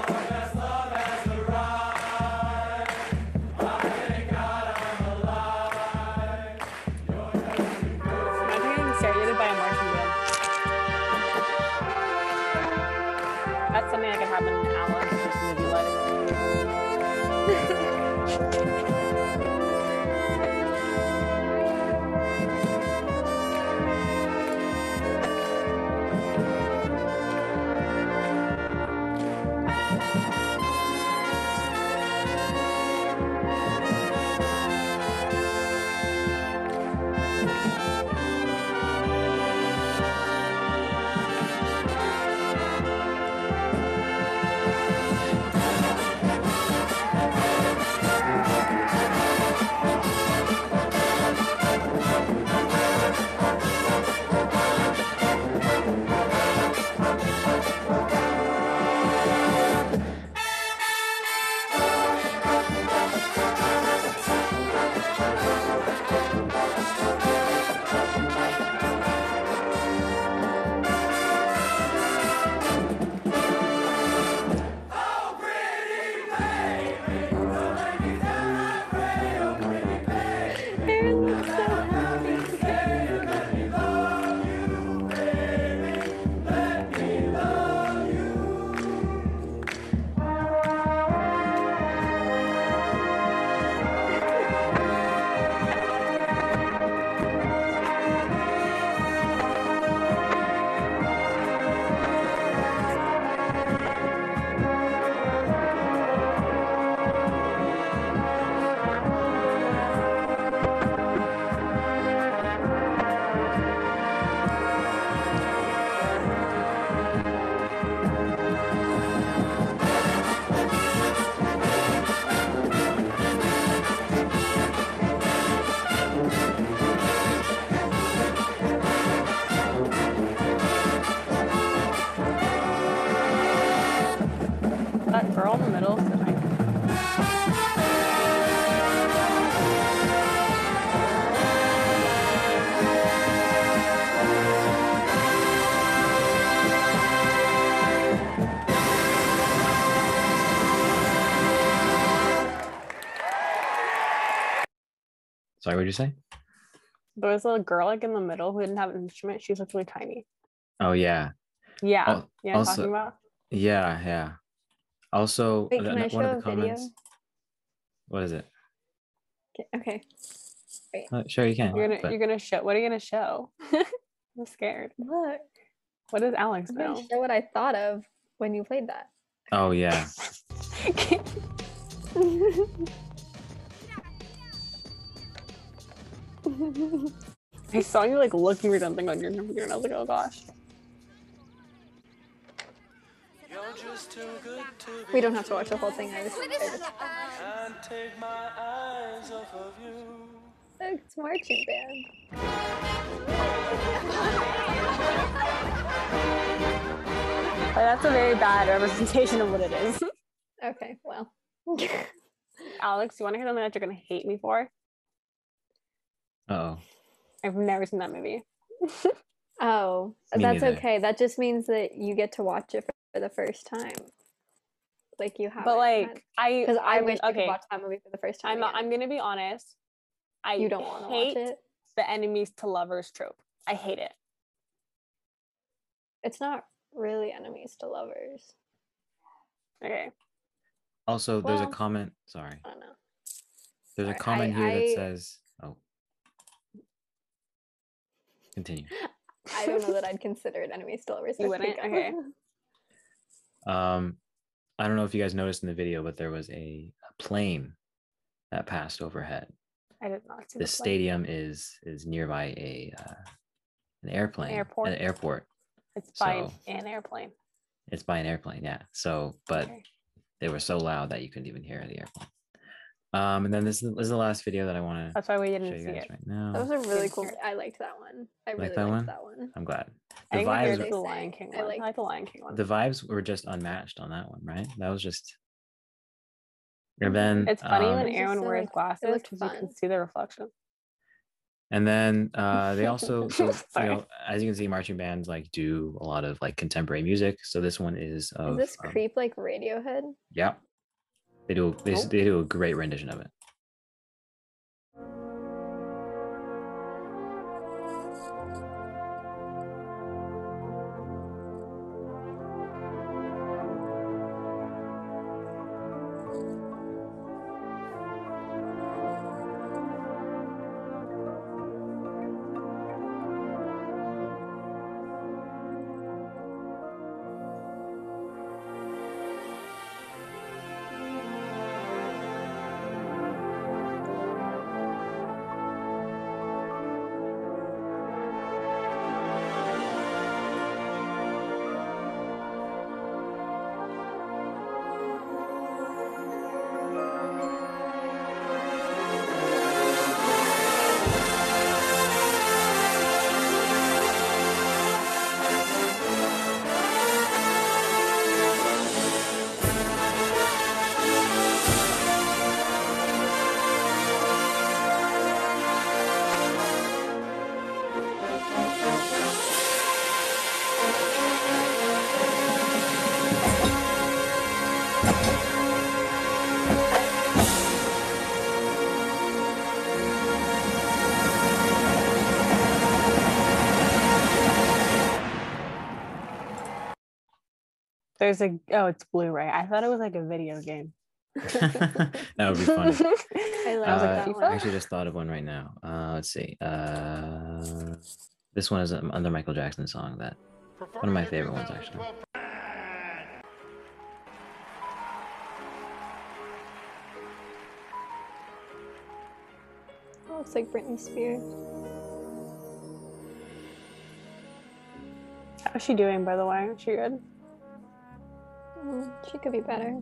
S3: Imagine getting serenaded by a marching band. That's something that could happen in Alice just movie life. That girl in the middle is the
S2: sorry what did you say
S3: There was a little girl like in the middle who didn't have an instrument. She's like really tiny.
S2: oh yeah
S3: Yeah.
S2: Al-
S3: yeah, I'm
S2: Oh, also-
S3: talking about.
S2: yeah yeah also
S4: Wait,
S2: uh,
S4: can I
S2: one of
S4: show
S2: the
S4: a video?
S2: comments what is it
S4: Okay.
S2: Uh, sure you can
S3: You're gonna
S2: but-
S3: you're gonna show what are you gonna show? I'm scared.
S4: Look,
S3: What does Alex
S4: I'm going
S3: know?
S4: to show what I thought of when you played that.
S2: oh yeah
S3: I saw you like looking for something on your computer and I was like, oh gosh.
S6: You're just too good to be
S4: We don't have to watch the whole thing. I just, I just
S6: and take my eyes off of you.
S4: look, it's marching band.
S3: Like, that's a very bad representation of what it is.
S4: Okay, well.
S3: Alex, you wanna hear something that you're gonna hate me for?
S2: oh
S3: I've never seen that movie.
S4: oh,
S2: Me
S4: that's
S2: neither.
S4: okay. That just means that you get to watch it for, for the first time. Like you have.
S3: But like I
S4: because I
S3: I'm-
S4: wish I could
S3: okay.
S4: watch that movie for the first time.
S3: I'm not,
S4: again.
S3: I'm gonna be honest. I
S4: you don't want to watch
S3: hate
S4: it.
S3: the enemies to lovers trope. I hate it.
S4: It's not really enemies to lovers.
S3: Okay.
S2: Also, there's
S4: Well-
S2: a comment. Sorry,
S4: I don't know.
S2: there's a
S4: sorry, I-
S2: comment here that
S4: I-
S2: says, "Oh, continue."
S4: I don't know that I'd consider it enemies to lovers.
S3: You
S4: but keep
S3: wouldn't?
S4: going.
S3: Okay.
S2: Um, I don't know if you guys noticed in the video, but there was a, a plane that passed overhead.
S3: I did not see
S2: The
S3: this one.
S2: stadium is is nearby a uh, an airplane,
S3: airport.
S2: an airport.
S3: It's by an-
S2: so-
S3: an airplane.
S2: It's by an airplane, yeah. So, but
S3: Okay.
S2: they were so loud that you couldn't even hear the airplane. Um, and then this is, this is the last video that I want to
S3: That's why we
S2: show
S3: didn't
S2: you
S3: see
S2: guys
S3: it.
S2: right
S4: That was
S2: now.
S4: a really
S3: Didn't
S4: cool.
S3: hear it.
S4: I liked that one. I really
S2: Like that
S4: liked
S2: one?
S4: that one.
S2: I'm glad.
S3: I
S2: The
S3: think I
S2: vibes,
S3: compared it
S4: they
S3: to the Lion
S4: say.
S3: King
S4: I
S3: one. I
S4: like-
S3: like the Lion King one.
S2: the vibes were just unmatched on that one, right? That was just. And then
S3: it's funny
S2: um,
S4: It
S3: when
S4: was just
S3: Aaron
S4: so,
S3: wears
S4: like, it
S3: glasses
S4: looked
S3: because you can
S4: fun.
S3: see the reflection.
S2: And then uh, they also, so, you
S3: Sorry.
S2: know, as you can see, marching bands like do a lot of like contemporary music. So this one is of
S4: Is this
S2: um,
S4: creep like Radiohead?
S2: yeah, they do they, s-
S3: Oh.
S2: they do a great rendition of it.
S3: There's a oh, it's Blu-ray. I thought it was like a video game.
S2: that would be funny.
S4: I
S2: Uh,
S4: like
S2: I,
S4: that
S3: "FIFA?"
S4: one.
S2: actually just thought of one right now. Uh, let's see. Uh, this one is um, another Michael Jackson song that one of my favorite ones actually.
S4: It looks like Britney Spears.
S3: How's she doing, by the way? Is she good?
S4: Mm, she could be better.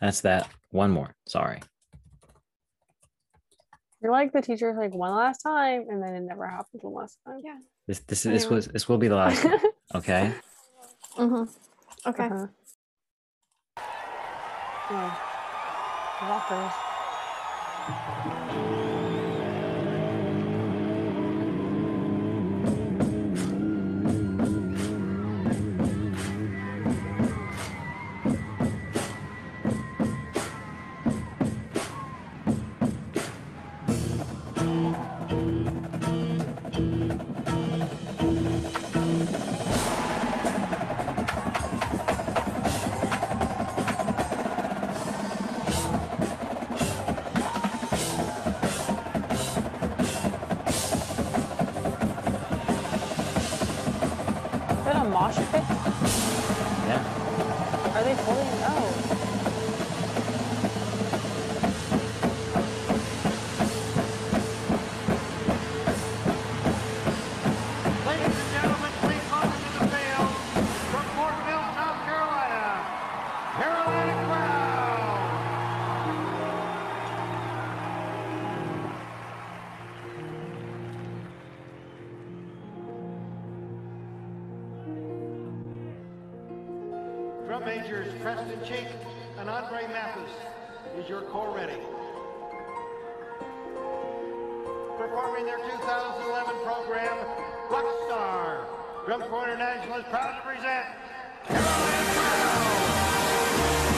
S2: That's that. One more. Sorry.
S3: You're like the teacher's like one last time, and then it never happens one last time.
S2: This this this
S4: Anyway.
S2: was this will be the last. one, okay.
S4: Mm-hmm. Okay.
S3: Uh-huh. Oh. Walkers.
S2: All
S3: wash your face?
S2: Yeah.
S3: Are they fully? Oh,
S7: Ladies and gentlemen, please welcome to the field from Mortville, South Carolina, Carolina Crown. Drum majors Preston Chink and Andre Mathis is your core ready. Performing their 2011 program, Rockstar. Drum Corps International is proud to present Carolyn Brown.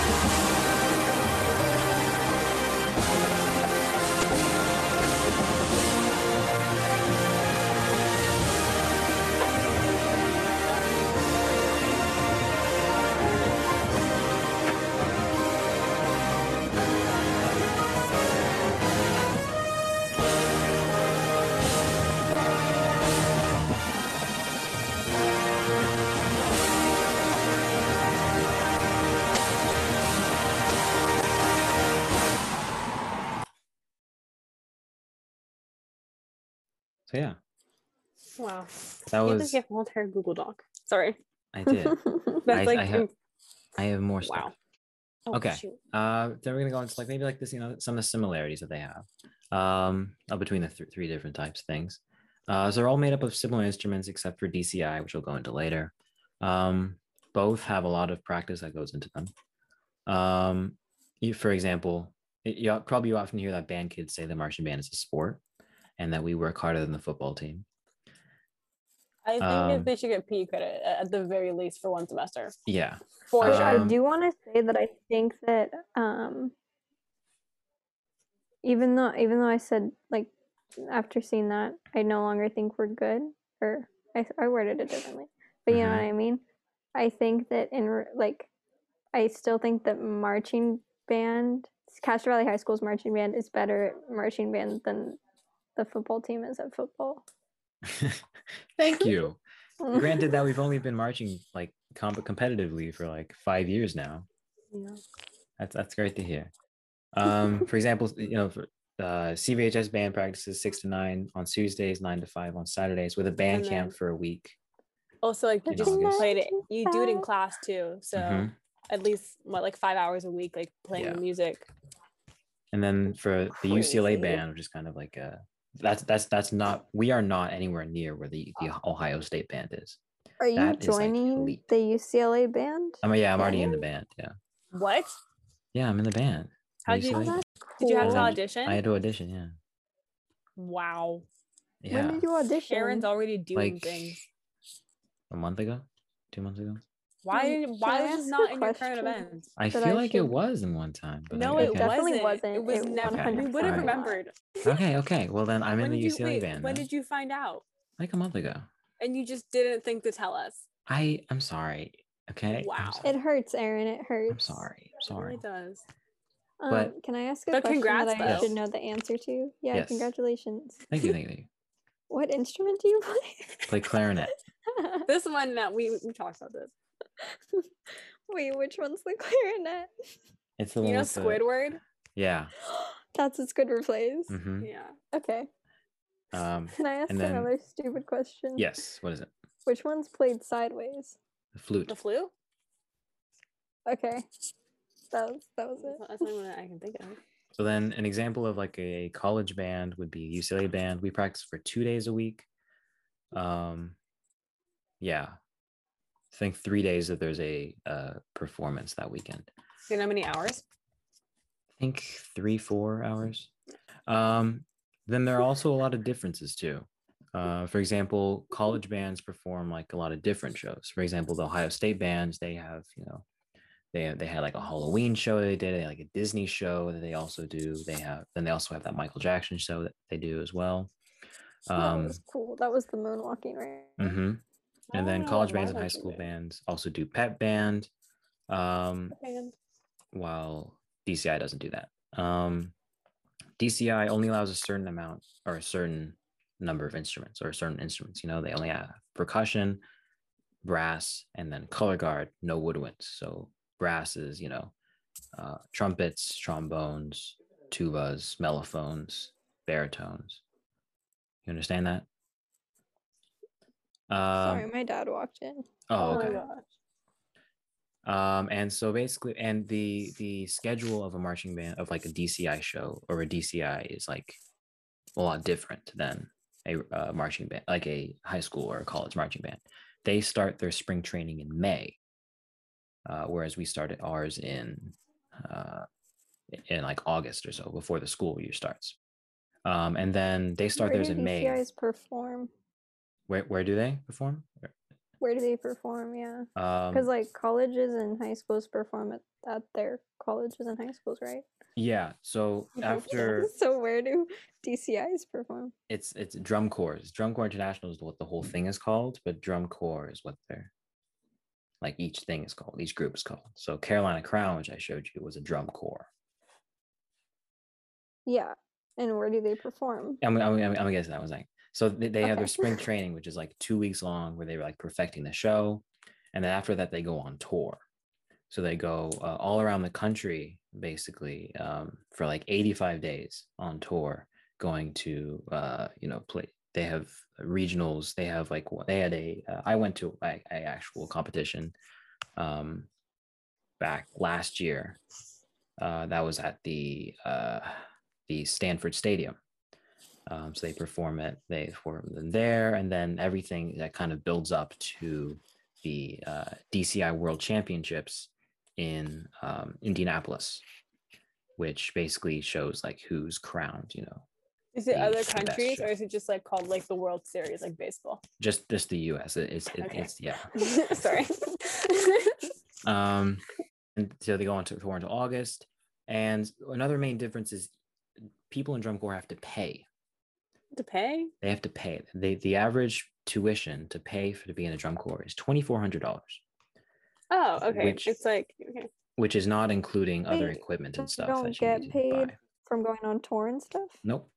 S2: So yeah,
S3: wow.
S2: that
S3: you
S2: was
S3: just get an entire Google Doc. Sorry.
S2: I did.
S3: That's
S2: I-
S3: like
S2: I have-
S3: in-
S2: I have more stuff.
S3: wow. Oh,
S2: Okay.
S3: shoot.
S2: Uh, then we're gonna go into like maybe like this, you know, some of the similarities that they have um, uh, between the th- three different types of things. Uh, so they're all made up of similar instruments except for DCI, which we'll go into later. Um, both have a lot of practice that goes into them. Um, you, for example, y- you o- probably often hear that band kids say the marching band is a sport, and that we work harder than the football team.
S3: I think
S2: Um,
S3: that they should get PE credit a- at the very least for one semester.
S2: Yeah,
S3: For
S4: Which
S3: sure.
S4: I
S2: Um,
S4: do want to say that I think that um, even though even though I said like after seeing that I no longer think we're good or I, I worded it differently, but you know
S2: Mm-hmm.
S4: what I mean. I think that in re- like I still think that marching band Castro Valley High School's marching band is better at marching band than the football team is at football.
S2: thank you. Granted that we've only been marching like comp- competitively for like five years now.
S3: Yeah.
S2: That's that's great to hear. Um, for example, you know, for, uh, CVHS band practices six to nine on Tuesdays, nine to five on Saturdays, with a band
S3: And
S2: camp
S3: then-
S2: for a week.
S3: Also, like you
S2: In
S3: just
S2: August.
S3: played it. You do it in
S4: Five.
S3: class too. So
S2: Mhm.
S3: at least what like five hours a week, like playing
S2: Yeah.
S3: music.
S2: And then for the UCLA
S3: Crazy.
S2: band, which is kind of like a that's that's that's not we are not anywhere near where the, the Ohio State band is.
S4: Are you
S2: That is, like,
S4: joining
S2: elite.
S4: the UCLA band?
S2: I mean, yeah, I'm already in the band. Yeah,
S3: What?
S2: yeah, I'm in the band.
S3: How
S2: The
S3: did you?
S2: UCLA band.
S3: Did you have
S2: cool.
S3: to audition?
S2: I had to audition. Yeah,
S3: wow.
S2: yeah,
S4: When did you audition?
S3: Sharon's already doing
S2: Like-
S3: things.
S2: a month ago, two months ago.
S3: Why?
S4: Can-
S3: did-
S4: can
S3: Why
S4: I
S3: was
S4: ask
S3: this
S4: a
S3: not in your current
S4: question?
S3: event?
S2: I
S4: That
S2: feel
S4: I
S2: like it
S4: should-
S2: was in one time. But
S3: No,
S2: I,
S3: it
S2: okay.
S4: Definitely
S3: wasn't. It
S4: wasn't.
S3: was
S4: It
S3: never. We
S4: 100%
S3: would have
S2: was not.
S3: remembered.
S2: Okay, okay. Well, then I'm in
S3: when
S2: the
S3: did you
S2: UCLA
S3: wait,
S2: band.
S3: When
S2: then.
S3: did you find out?
S2: like a month ago.
S3: And you just didn't think to tell us.
S2: I I'm sorry. Okay.
S3: Wow.
S2: I'm sorry.
S4: It hurts, Aaron. It hurts.
S2: I'm sorry. I'm sorry.
S3: It really does.
S4: Um,
S2: but-
S4: can I ask a
S3: But
S4: question
S3: congrats,
S4: that I
S2: though.
S4: should know the answer to? Yeah,
S2: Yes.
S4: congratulations.
S2: Thank you. Thank you. Thank you.
S4: What instrument do you play?
S2: Play clarinet.
S3: This one that we we talked about this.
S4: Wait, which one's the clarinet?
S2: It's the
S3: You
S2: one
S3: know
S2: with the-
S3: Squidward?
S2: yeah.
S4: That's what Squidward plays.
S2: hmm
S3: Yeah.
S4: Okay.
S2: Um.
S4: Can I ask
S2: And then-
S4: another stupid question?
S2: Yes. What is it?
S4: Which one's played sideways?
S2: The flute.
S3: The flu?
S4: Okay. That was, that was
S3: That's
S4: it.
S3: the only one that I can think of.
S2: So then, an example of like a college band would be UCLA band. We practice for two days a week. Um. Yeah. I think three days that there's a uh, performance that weekend.
S3: You know how many hours?
S2: I think three, four hours. Um, then there are also a lot of differences too. Uh, for example, college bands perform like a lot of different shows. For example, the Ohio State bands, they have, you know, they they had like a Halloween show they did, they had, like a Disney show that they also do. They have then they also have that Michael Jackson show that they do as well.
S4: that
S2: Um,
S4: was cool. That was the moonwalking, right?
S2: mhm. And then
S3: Oh,
S2: college bands
S3: wow,
S2: and high
S3: that's
S2: school
S3: amazing.
S2: bands also do pep band. Um,
S3: Band.
S2: while DCI doesn't do that. Um, DCI only allows a certain amount or a certain number of instruments or certain instruments. You know, they only have percussion, brass, and then color guard, no woodwinds. So brass is, you know, uh, trumpets, trombones, tubas, mellophones, baritones. You understand that? Um,
S4: Sorry, my dad walked in.
S2: Oh,
S3: my
S2: okay.
S3: gosh.
S2: Um, and so basically, and the the schedule of a marching band of like a DCI show or a DCI is like a lot different than a uh, marching band, like a high school or a college marching band. They start their spring training in May, uh, whereas we started ours in uh, in like August or so before the school year starts. Um, and then they start
S4: Where
S2: theirs
S4: do
S2: in May.
S4: DCIs perform?
S2: Where where do they perform?
S4: Where do they perform? Yeah,
S2: Um,
S4: because like colleges and high schools perform at, at their colleges and high schools, right?
S2: yeah. So after.
S4: so where do DCIs perform?
S2: it's it's drum corps. Drum corps international is what the whole thing is called, but drum corps is what they're like each thing is called, each group is called. So Carolina Crown, which I showed you, was a drum corps.
S4: Yeah, and where do they perform?
S2: I'm I'm, I'm, I'm gonna guess that was like so they, they have their
S4: Okay.
S2: spring training, which is like two weeks long, where they were like perfecting the show, and then after that they go on tour. So they go uh, all around the country basically um, for like 85 days on tour, going to uh, you know play. They have regionals. They have like one- they had a. Uh, I went to a, a actual competition um, back last year. Uh, that was at the uh, the Stanford Stadium. Um, so they perform it, they perform them there, and then everything that kind of builds up to the uh, DCI World Championships in um, Indianapolis, which basically shows like who's crowned, you know,
S3: Is it
S2: the-
S3: other
S2: the best
S3: countries
S2: show.
S3: or is it just like called like the World Series, like baseball?
S2: just just the U.S. It- it's it,
S3: Okay.
S2: it's yeah.
S3: Sorry.
S2: Um, and so they go on to tour into August. And another main difference is people in drum corps have to pay.
S3: to pay?
S2: They have to pay. They, the average tuition to pay for to be in a drum corps is twenty four hundred dollars.
S3: Oh, okay.
S2: Which-
S3: It's like okay.
S2: which is not including other
S4: Wait,
S2: equipment and
S4: they
S2: stuff.
S4: don't
S2: that you
S4: get
S2: need to
S4: paid?
S2: buy.
S4: From going on tour and stuff.
S2: Nope.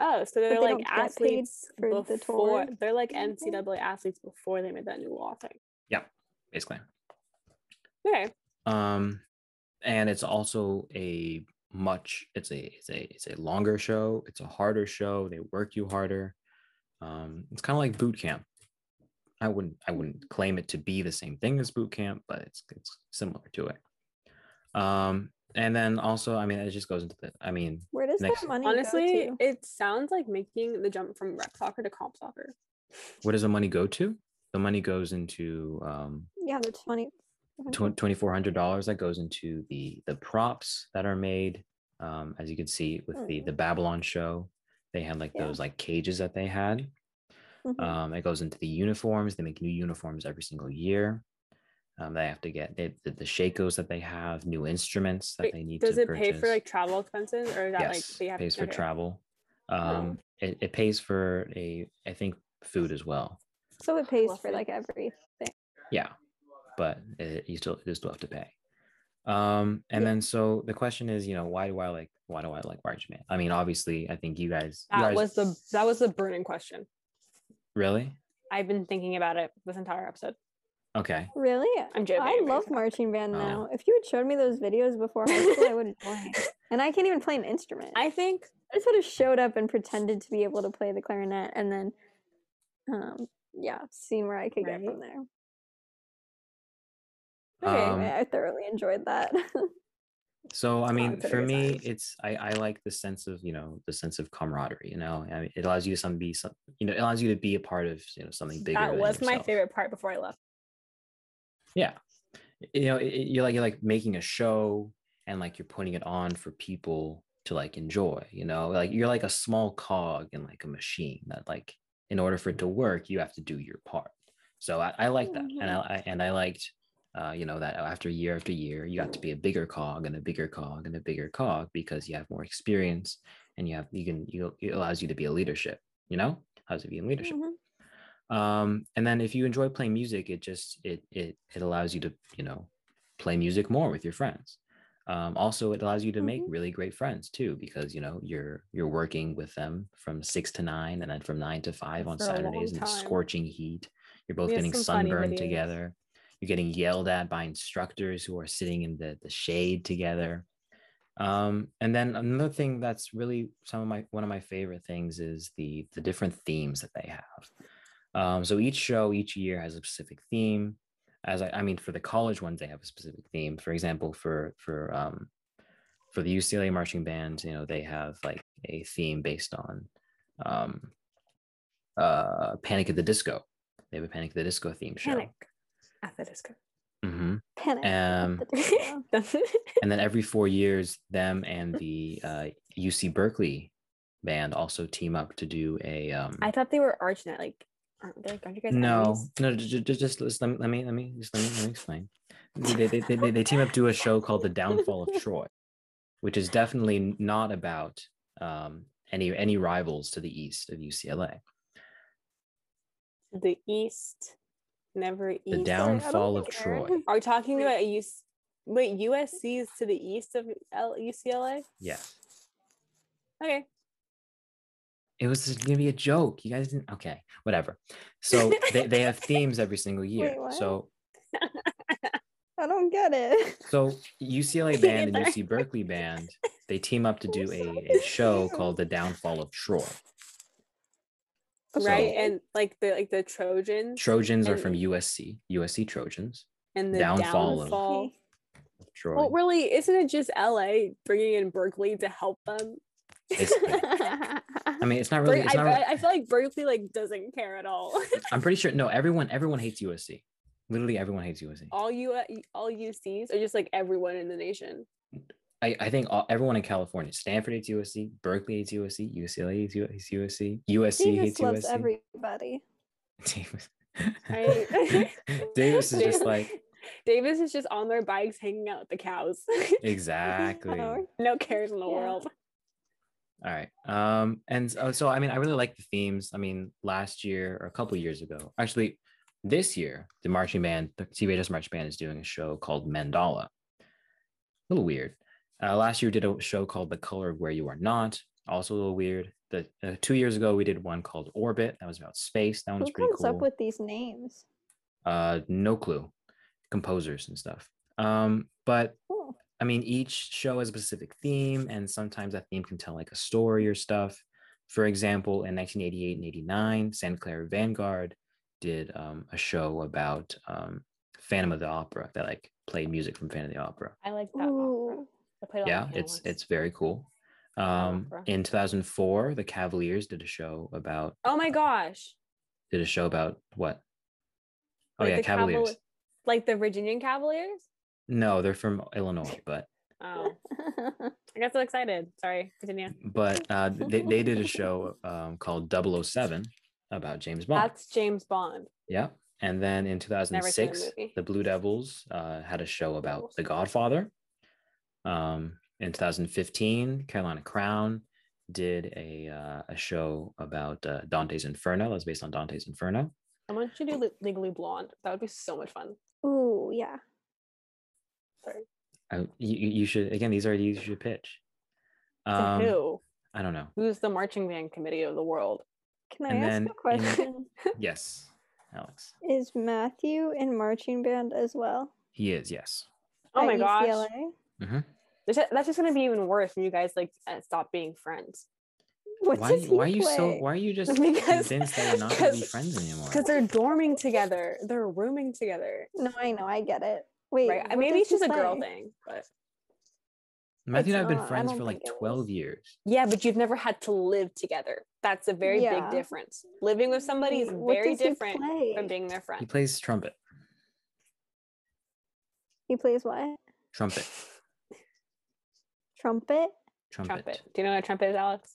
S3: Oh, so they're
S4: they
S3: like
S4: don't get paid
S3: athletes
S4: for
S3: before
S4: the tour
S3: they're like
S4: or anything?
S3: NCAA athletes before they made that new law thing.
S2: Basically.
S3: Okay.
S2: Um, and it's also a much. It's a it's a it's a longer show. It's a harder show. They work you harder. Um, it's kind of like boot camp. I wouldn't I
S4: Mm.
S2: wouldn't claim it to be the same thing as boot camp, but it's it's similar to it. Um, and then also, I mean, it just goes into the. I mean,
S4: Where does
S2: Next.
S4: that money
S3: Honestly,
S4: go to?
S3: it sounds like making the jump from rec soccer to comp soccer.
S2: what does the money go to? The money goes into um,
S4: Yeah, the money.
S3: Mm-hmm.
S2: twenty four hundred dollars that goes into the the props that are made. Um, as you can see with the
S3: Mm-hmm.
S2: the Babylon show, they had like
S4: Yeah.
S2: those like cages that they had.
S3: Mm-hmm.
S4: Mhm.
S2: Um, it goes into the uniforms. They make new uniforms every single year. Um, they have to get they, the, the shakos that they have, new instruments that
S3: Wait,
S2: they need
S3: Does
S2: to
S3: it
S2: purchase.
S3: pay for like travel expenses or is that like
S2: yes,
S3: they have
S2: pays for
S3: okay.
S2: travel.
S3: Oh.
S2: Um, it, it pays for a I think food as well.
S4: So it pays
S3: Love
S4: for
S3: it.
S4: like everything.
S2: yeah but it, you still you still have to pay um and
S4: Yeah.
S2: then so the question is you know why do i like why do i like marching band i mean obviously i think you guys, you
S3: That
S2: guys-
S3: was the that was the burning question.
S2: really
S3: I've been thinking about it this entire episode.
S2: okay
S4: Really?
S3: I'm joking.
S4: I
S3: I'm
S4: love
S3: joking.
S4: marching band
S2: Oh.
S4: now. If you had showed me those videos before high school, I would have joined. And I can't even play an instrument. I,
S3: I think
S4: just would have showed up and pretended to be able to play the clarinet, and then, um, yeah, seen where I could get
S3: Right.
S4: from there.
S3: Okay,
S2: Um,
S4: I thoroughly enjoyed that.
S2: so i mean
S3: it's a
S2: for
S3: good
S2: me
S3: sign.
S2: it's I, I like the sense of you know the sense of camaraderie you know I mean, it allows you to some be some you know it allows you to be a part of you know something bigger
S3: that
S2: than
S3: was my
S2: yourself.
S3: favorite part before I left.
S2: you know it, it- you're like you're like making a show and like you're putting it on for people to like enjoy you know like you're like a small cog in like a machine that like in order for it to work you have to do your part so i, I like that and I, I and i liked uh, you know that after year after year you have to be a bigger cog and a bigger cog and a bigger cog because you have more experience and you have you can you it allows you to be a leadership you know allows you to be in leadership
S4: Mhm.
S2: um and then if you enjoy playing music it just it it it allows you to you know play music more with your friends um also it allows you to
S3: Mm-hmm.
S2: make really great friends too because you know you're you're working with them from six to nine and then from nine to five on
S3: For a long
S2: saturdays in the
S3: time.
S2: scorching heat You're both
S3: We have
S2: getting
S3: some funny
S2: sunburned
S3: videos.
S2: together. You're getting yelled at by instructors who are sitting in the, the shade together. Um, and then another thing that's really some of my one of my favorite things is the the different themes that they have. Um, so each show each year has a specific theme. As I, I mean, for the college ones, they have a specific theme. For example, for for um, for the UCLA marching band, you know, they have like a theme based on um, uh, Panic at the Disco. They have a Panic at the Disco theme show.
S3: Panic at the disco.
S2: hmm
S4: Panic.
S2: Um, and then every four years, them and the uh, UC Berkeley band also team up to do a. Um,
S3: I thought they were Archnet. Like, aren't they- aren't you guys?
S2: no,
S3: enemies?
S2: no, just, just, just, just let, me, let me, let me, just let me, let me explain. They, they, they, they, they team up to do a show called The Downfall of Troy, which is definitely not about um, any any rivals to the east of UCLA.
S3: The East, never East.
S2: The Downfall of Troy.
S3: Are we talking about a US? Wait, USC is to the east of L- UCLA.
S2: Yeah.
S3: Okay.
S2: It was just gonna be a joke. You guys didn't. Okay, whatever. So they, they have themes every single year.
S4: what?
S2: so
S4: I don't get it.
S2: so UCLA band and UC Berkeley band they team up to do a, a show called The Downfall of Troy.
S3: Right,
S2: So-
S3: and like the like the Trojans
S2: Trojans are from
S3: And-
S2: USC. USC Trojans.
S3: and the
S2: Downfall
S3: downfall.
S2: of- of Troy.
S3: Well, really, isn't it just LA bringing in Berkeley to help them?
S2: Basically. I mean, it's not really.
S3: Berkeley,
S2: It's not,
S3: I,
S2: really-
S3: I feel like Berkeley like doesn't care at all.
S2: I'm pretty sure. No, everyone. Everyone hates USC. Literally, everyone hates USC.
S3: all you all UCs are just like everyone in the nation.
S2: I, I think all, everyone in California. Stanford hates USC. Berkeley hates USC. UCLA hates U- hates USC. USC
S4: Davis
S2: hates
S4: loves
S2: USC.
S4: everybody.
S2: Davis.
S3: Right?
S2: Davis is just like
S3: Davis is just on their bikes hanging out with the cows.
S2: exactly. All
S3: no cares in the
S4: Yeah.
S3: world.
S2: right. Um, and so, so I mean, I really like the themes. I mean, last year or a couple years ago, actually, this year, the marching band, the CBHS marching band, is doing a show called Mandala. A little weird. Uh, last year, we did a show called The Color of Where You Are Not. Also a little weird. The uh, two years ago, we did one called Orbit. That was about space. That one was
S4: Who
S2: pretty
S4: comes
S2: cool.
S4: up with these names?
S2: uh no clue composers and stuff um but
S4: Oh.
S2: i mean each show has a specific theme and sometimes that theme can tell like a story or stuff for example in 1988 and 89 santa clara vanguard did um, a show about um, phantom of the opera that like played music from phantom of the opera
S3: I like
S4: Ooh.
S2: yeah it's it's very cool um,
S3: opera.
S2: in 2004 the cavaliers did a show about
S3: Oh my gosh!
S2: did a show about what oh
S3: Like
S2: yeah
S3: the Caval-
S2: cavaliers
S3: like the Virginian Cavaliers.
S2: no they're from illinois but
S3: Oh, I got so excited. Sorry, continue.
S2: but uh, they, they did a show um, called 007 about James Bond.
S3: That's James Bond.
S2: yeah. And then in
S3: Never seen
S2: 2006,
S3: the movie.
S2: the Blue Devils uh, had a show about The Godfather. Um, in 2015, Carolina Crown did a, uh, a show about uh, Dante's Inferno. That's based on Dante's Inferno.
S3: I want you to do Le- Legally Blonde. That would be so much fun.
S4: Ooh, yeah.
S2: I, you, you you should, again, these are you should pitch.
S3: To
S2: Um,
S3: who?
S2: I don't know.
S3: Who's the marching band committee of the world?
S4: Can I
S2: And
S4: ask
S2: then
S4: a
S2: in-
S4: question?
S2: Yes, Alex.
S4: Is Matthew in marching band as well?
S2: He is, yes.
S3: Oh
S4: at
S3: my gosh.
S4: UCLA?
S2: Mhm.
S3: That's ju- that's just gonna be even worse when you guys like uh, stop being friends
S4: What
S2: Why,
S4: does he
S2: why are you so,
S4: play?
S2: why are you just
S3: Because-
S2: convinced that we're not going to be
S3: because-
S2: friends anymore?
S3: because they're dorming together. They're rooming together.
S4: No, I know, I get it. Wait,
S3: Right? I-
S4: what
S3: Maybe
S4: does
S3: it's
S4: he
S3: just a girl
S4: play?
S3: thing, but
S2: Matthew and I have
S4: not-
S2: been
S4: I
S2: friends
S4: don't
S2: for like
S4: think it is.
S2: 12 years.
S3: yeah, but you've never had to live together. That's a very
S4: Yeah.
S3: big difference. Living with somebody is
S4: Wait, what
S3: very
S4: does he
S3: different
S4: play?
S3: from being their
S2: He
S3: friend.
S2: plays trumpet.
S4: He plays what?
S2: Trumpet.
S4: Trumpet?
S2: Trumpet.
S3: Trumpet. Do you know what a trumpet is, Alex?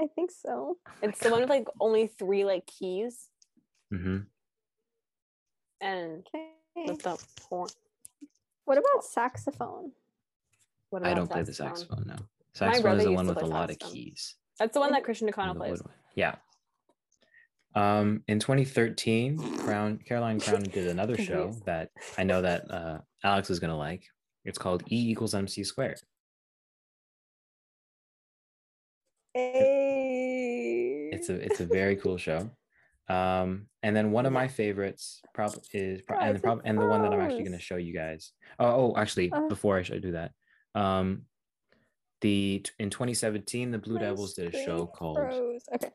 S2: Oh
S4: I think so.
S3: It's the one with like only three like keys
S2: hmm
S3: and
S4: Okay.
S3: with the horn.
S4: What about saxophone?
S3: What
S2: I
S3: about
S2: don't play the saxophone, no. Saxophone
S3: brother
S2: is the
S3: used
S2: one
S3: to
S2: with a
S3: play
S2: lot of
S3: saxophone.
S2: keys.
S3: That's the one that Christian
S2: and
S3: Nakano
S2: the
S3: plays.
S2: woodwind. Yeah. Um, in 2013, Crown Caroline Crown did another show
S3: Please.
S2: that I know that uh, Alex is gonna like. It's called E equals MC squared. It's a it's a very cool show. Um, and then one of my favorites prob is pro-
S3: Oh,
S2: and the
S3: it's
S2: prob- and the one that I'm actually
S3: close.
S2: going to show you guys. Oh, oh actually,
S3: Uh.
S4: Oh.
S2: before I should do that, um, the in 2017 the Blue
S4: My
S2: Devils did a show
S4: screen
S2: called
S4: froze. Okay.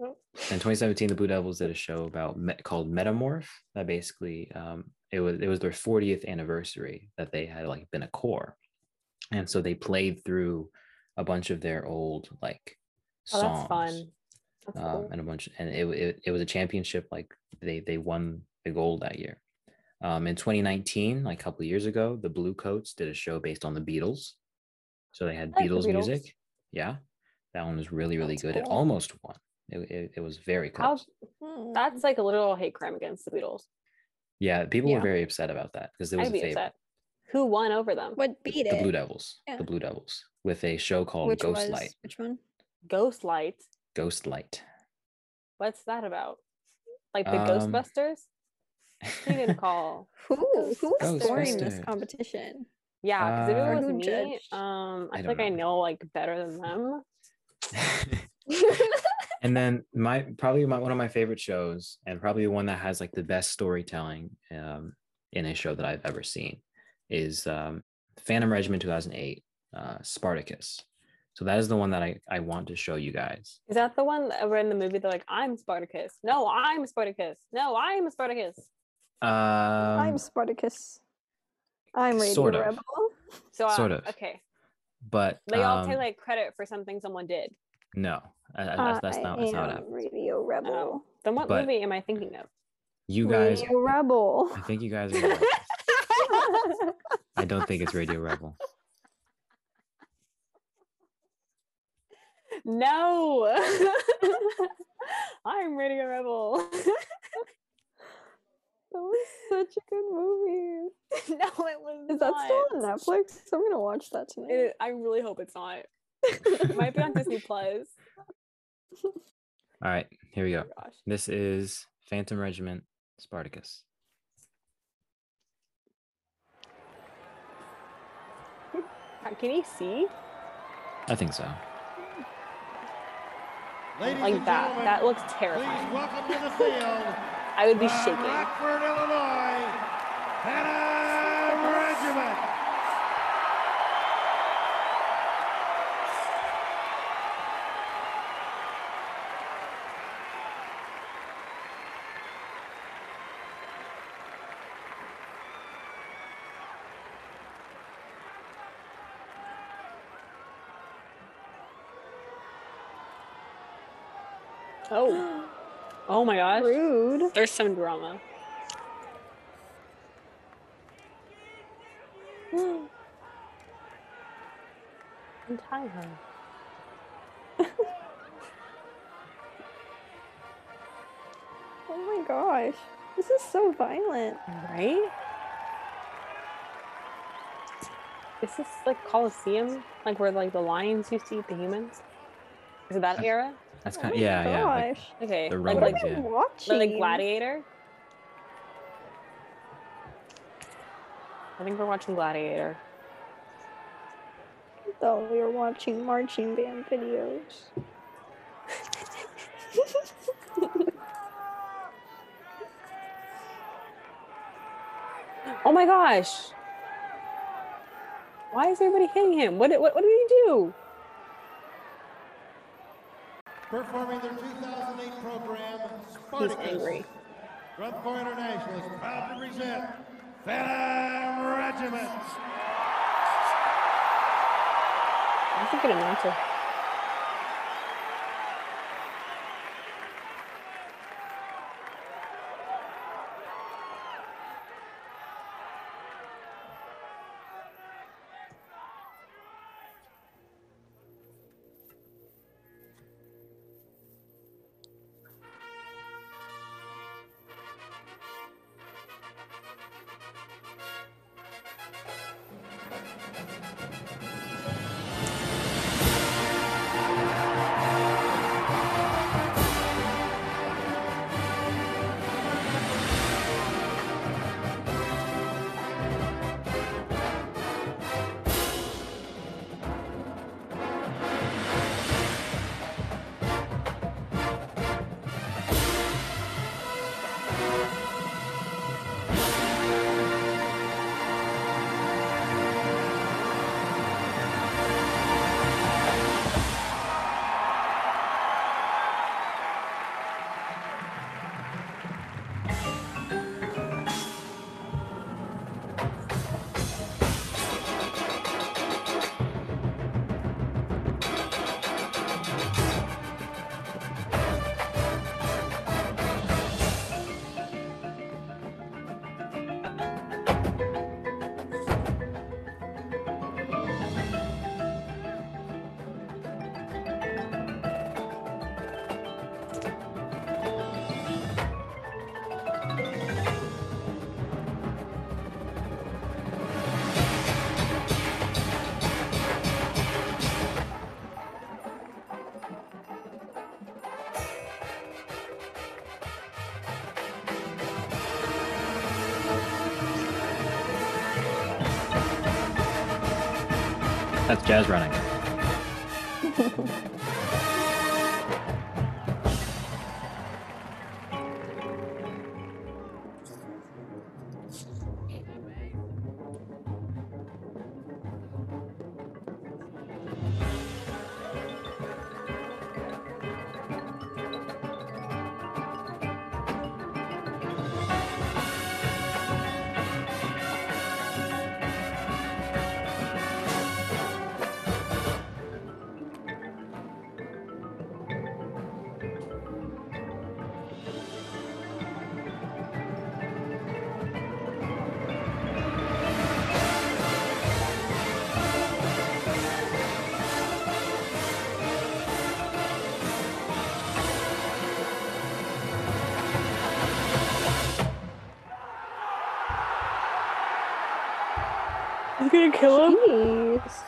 S2: in 2017 the Blue Devils did a show about me- called Metamorph that basically um, it was it was their 40th anniversary that they had like been a core, and so they played through a bunch of their old like
S3: Oh,
S2: songs
S3: that's fun. That's
S2: um,
S3: cool.
S2: and a bunch and it, it, it was a championship like they they won the gold that year um, in 2019 like a couple years ago the blue coats did a show based on the beatles so they had
S3: I like the
S2: beatles,
S3: Beatles.
S2: music yeah that one was really really
S3: That's
S2: good it
S3: cool.
S2: almost won it, it, it was very
S3: How-
S2: close
S4: Hmm.
S3: That's like a literal hate crime against the Beatles.
S2: yeah people
S4: Yeah.
S2: were very upset about that because it was
S3: I'd
S2: a
S3: be
S2: favorite
S3: upset. Who won over them?
S4: What beat
S2: the blue
S4: it?
S2: devils
S4: Yeah.
S2: the blue devils with a show called
S4: Which was
S2: ghost light
S4: which one?
S3: Ghost Light.
S2: ghost light
S3: What's that about? Like the
S2: Um,
S3: Ghostbusters? You can call.
S4: Who who was scoring this
S2: Ghostbusters.
S4: competition?
S3: Yeah, because if
S2: Uh,
S3: it was
S4: Who
S3: me,
S4: judged?
S3: um, I,
S2: I
S3: feel like
S2: don't
S3: I
S2: know.
S3: know like better than them.
S2: Um, and then my probably my, one of my favorite shows and probably the one that has like the best storytelling um, in a show that i've ever seen is um, phantom regiment 2008 uh, spartacus so that is the one that i, I want to show you guys
S3: Is that the one that were in the movie? They're like, I'm Spartacus. No, I'm Spartacus. No, I'm Spartacus.
S2: um,
S4: I'm Spartacus. I'm Radio
S2: sort of.
S4: Rebel.
S3: So I-
S2: Sort of.
S3: Okay.
S2: but
S3: They all
S2: um,
S3: take like credit for something someone did.
S2: no uh, that's, that's not that's not
S4: I
S2: up
S4: am Radio Rebel.
S3: Oh. Then what
S2: But-
S3: movie am I thinking of?
S2: you guys
S4: Radio Rebel.
S2: i think you guys are gonna like this. i don't think it's radio rebel
S3: no. I'm Radio Rebel.
S4: That was such a good movie.
S3: no, it was
S4: Is that
S3: not.
S4: still on Netflix? I'm gonna watch that tonight.
S3: It- I really hope it's not. It might be on Disney Plus.
S2: all right here we go
S3: Oh, gosh.
S2: this is phantom regiment spartacus
S3: Uh, Can you see?
S2: i think so
S7: Ladies
S3: Like
S7: and
S3: that.
S7: gentlemen,
S3: That looks
S7: Please
S3: terrifying.
S7: welcome to the field,
S3: I would be
S7: from
S3: shaking.
S7: Rockford, Illinois, Phantom Regiment.
S3: Oh. Oh my gosh.
S4: Rude.
S3: There's some drama.
S4: Oh
S3: Untie her.
S4: Oh my gosh. This is so violent.
S3: Right? Is this like Colosseum? Like where like the lions used to eat the humans? Is it that era?
S2: That's
S4: oh
S2: kind
S4: my
S2: of yeah, yeah. like-
S4: gosh.
S3: Okay.
S2: The
S3: Like,
S4: what
S3: like,
S2: Romans.
S4: am I
S2: yeah.
S4: watching?
S3: like Gladiator? I think we're watching Gladiator.
S4: Though we were watching marching band videos.
S3: Oh my gosh. Why is everybody hitting him? What, did- what, what did he do?
S7: Performing their 2008 program,
S3: He's
S7: Spartacus.
S3: angry.
S7: Grunthor International is proud to present Phantom Regiment.
S3: I think it amounts to.
S2: That's jazz running.
S3: He's gonna kill him.
S4: Jeez.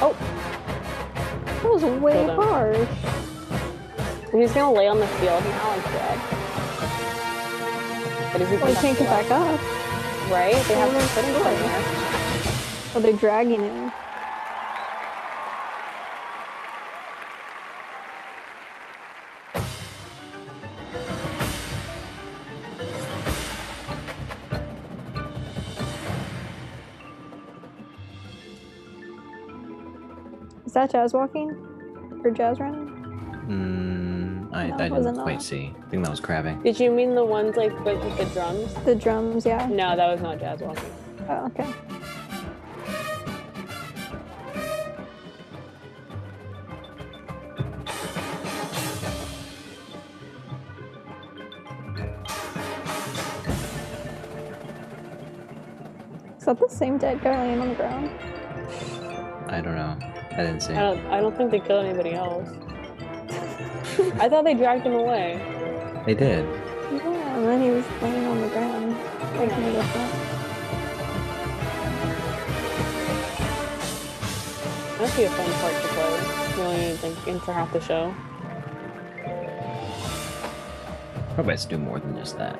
S3: Oh.
S4: That was way
S3: Hold on.
S4: harsh.
S3: And he's gonna lay on the field now and play. But if he
S4: Well, you can't get back up.
S3: up, right? They have to put him
S4: Sure.
S3: somewhere.
S4: Oh, they're dragging him. Is that jazz walking? Or jazz running?
S2: Mm, I,
S4: No,
S2: I
S4: was it
S2: didn't quite
S4: not?
S2: see. I think that was crabbing.
S3: Did you mean the ones like with with the drums?
S4: The drums, yeah.
S3: No, that was not jazz walking.
S4: Oh, okay. Is that the same dead guy laying on the ground?
S2: I don't know. I didn't see.
S3: I
S4: Oh.
S3: don't. I don't think they killed anybody else. I thought they dragged him away.
S2: They did.
S4: Yeah, and then he was laying on the ground. Like, no different.
S3: That'd be a fun part to play. You only need like in for half the show.
S2: Probably has to do more than just that.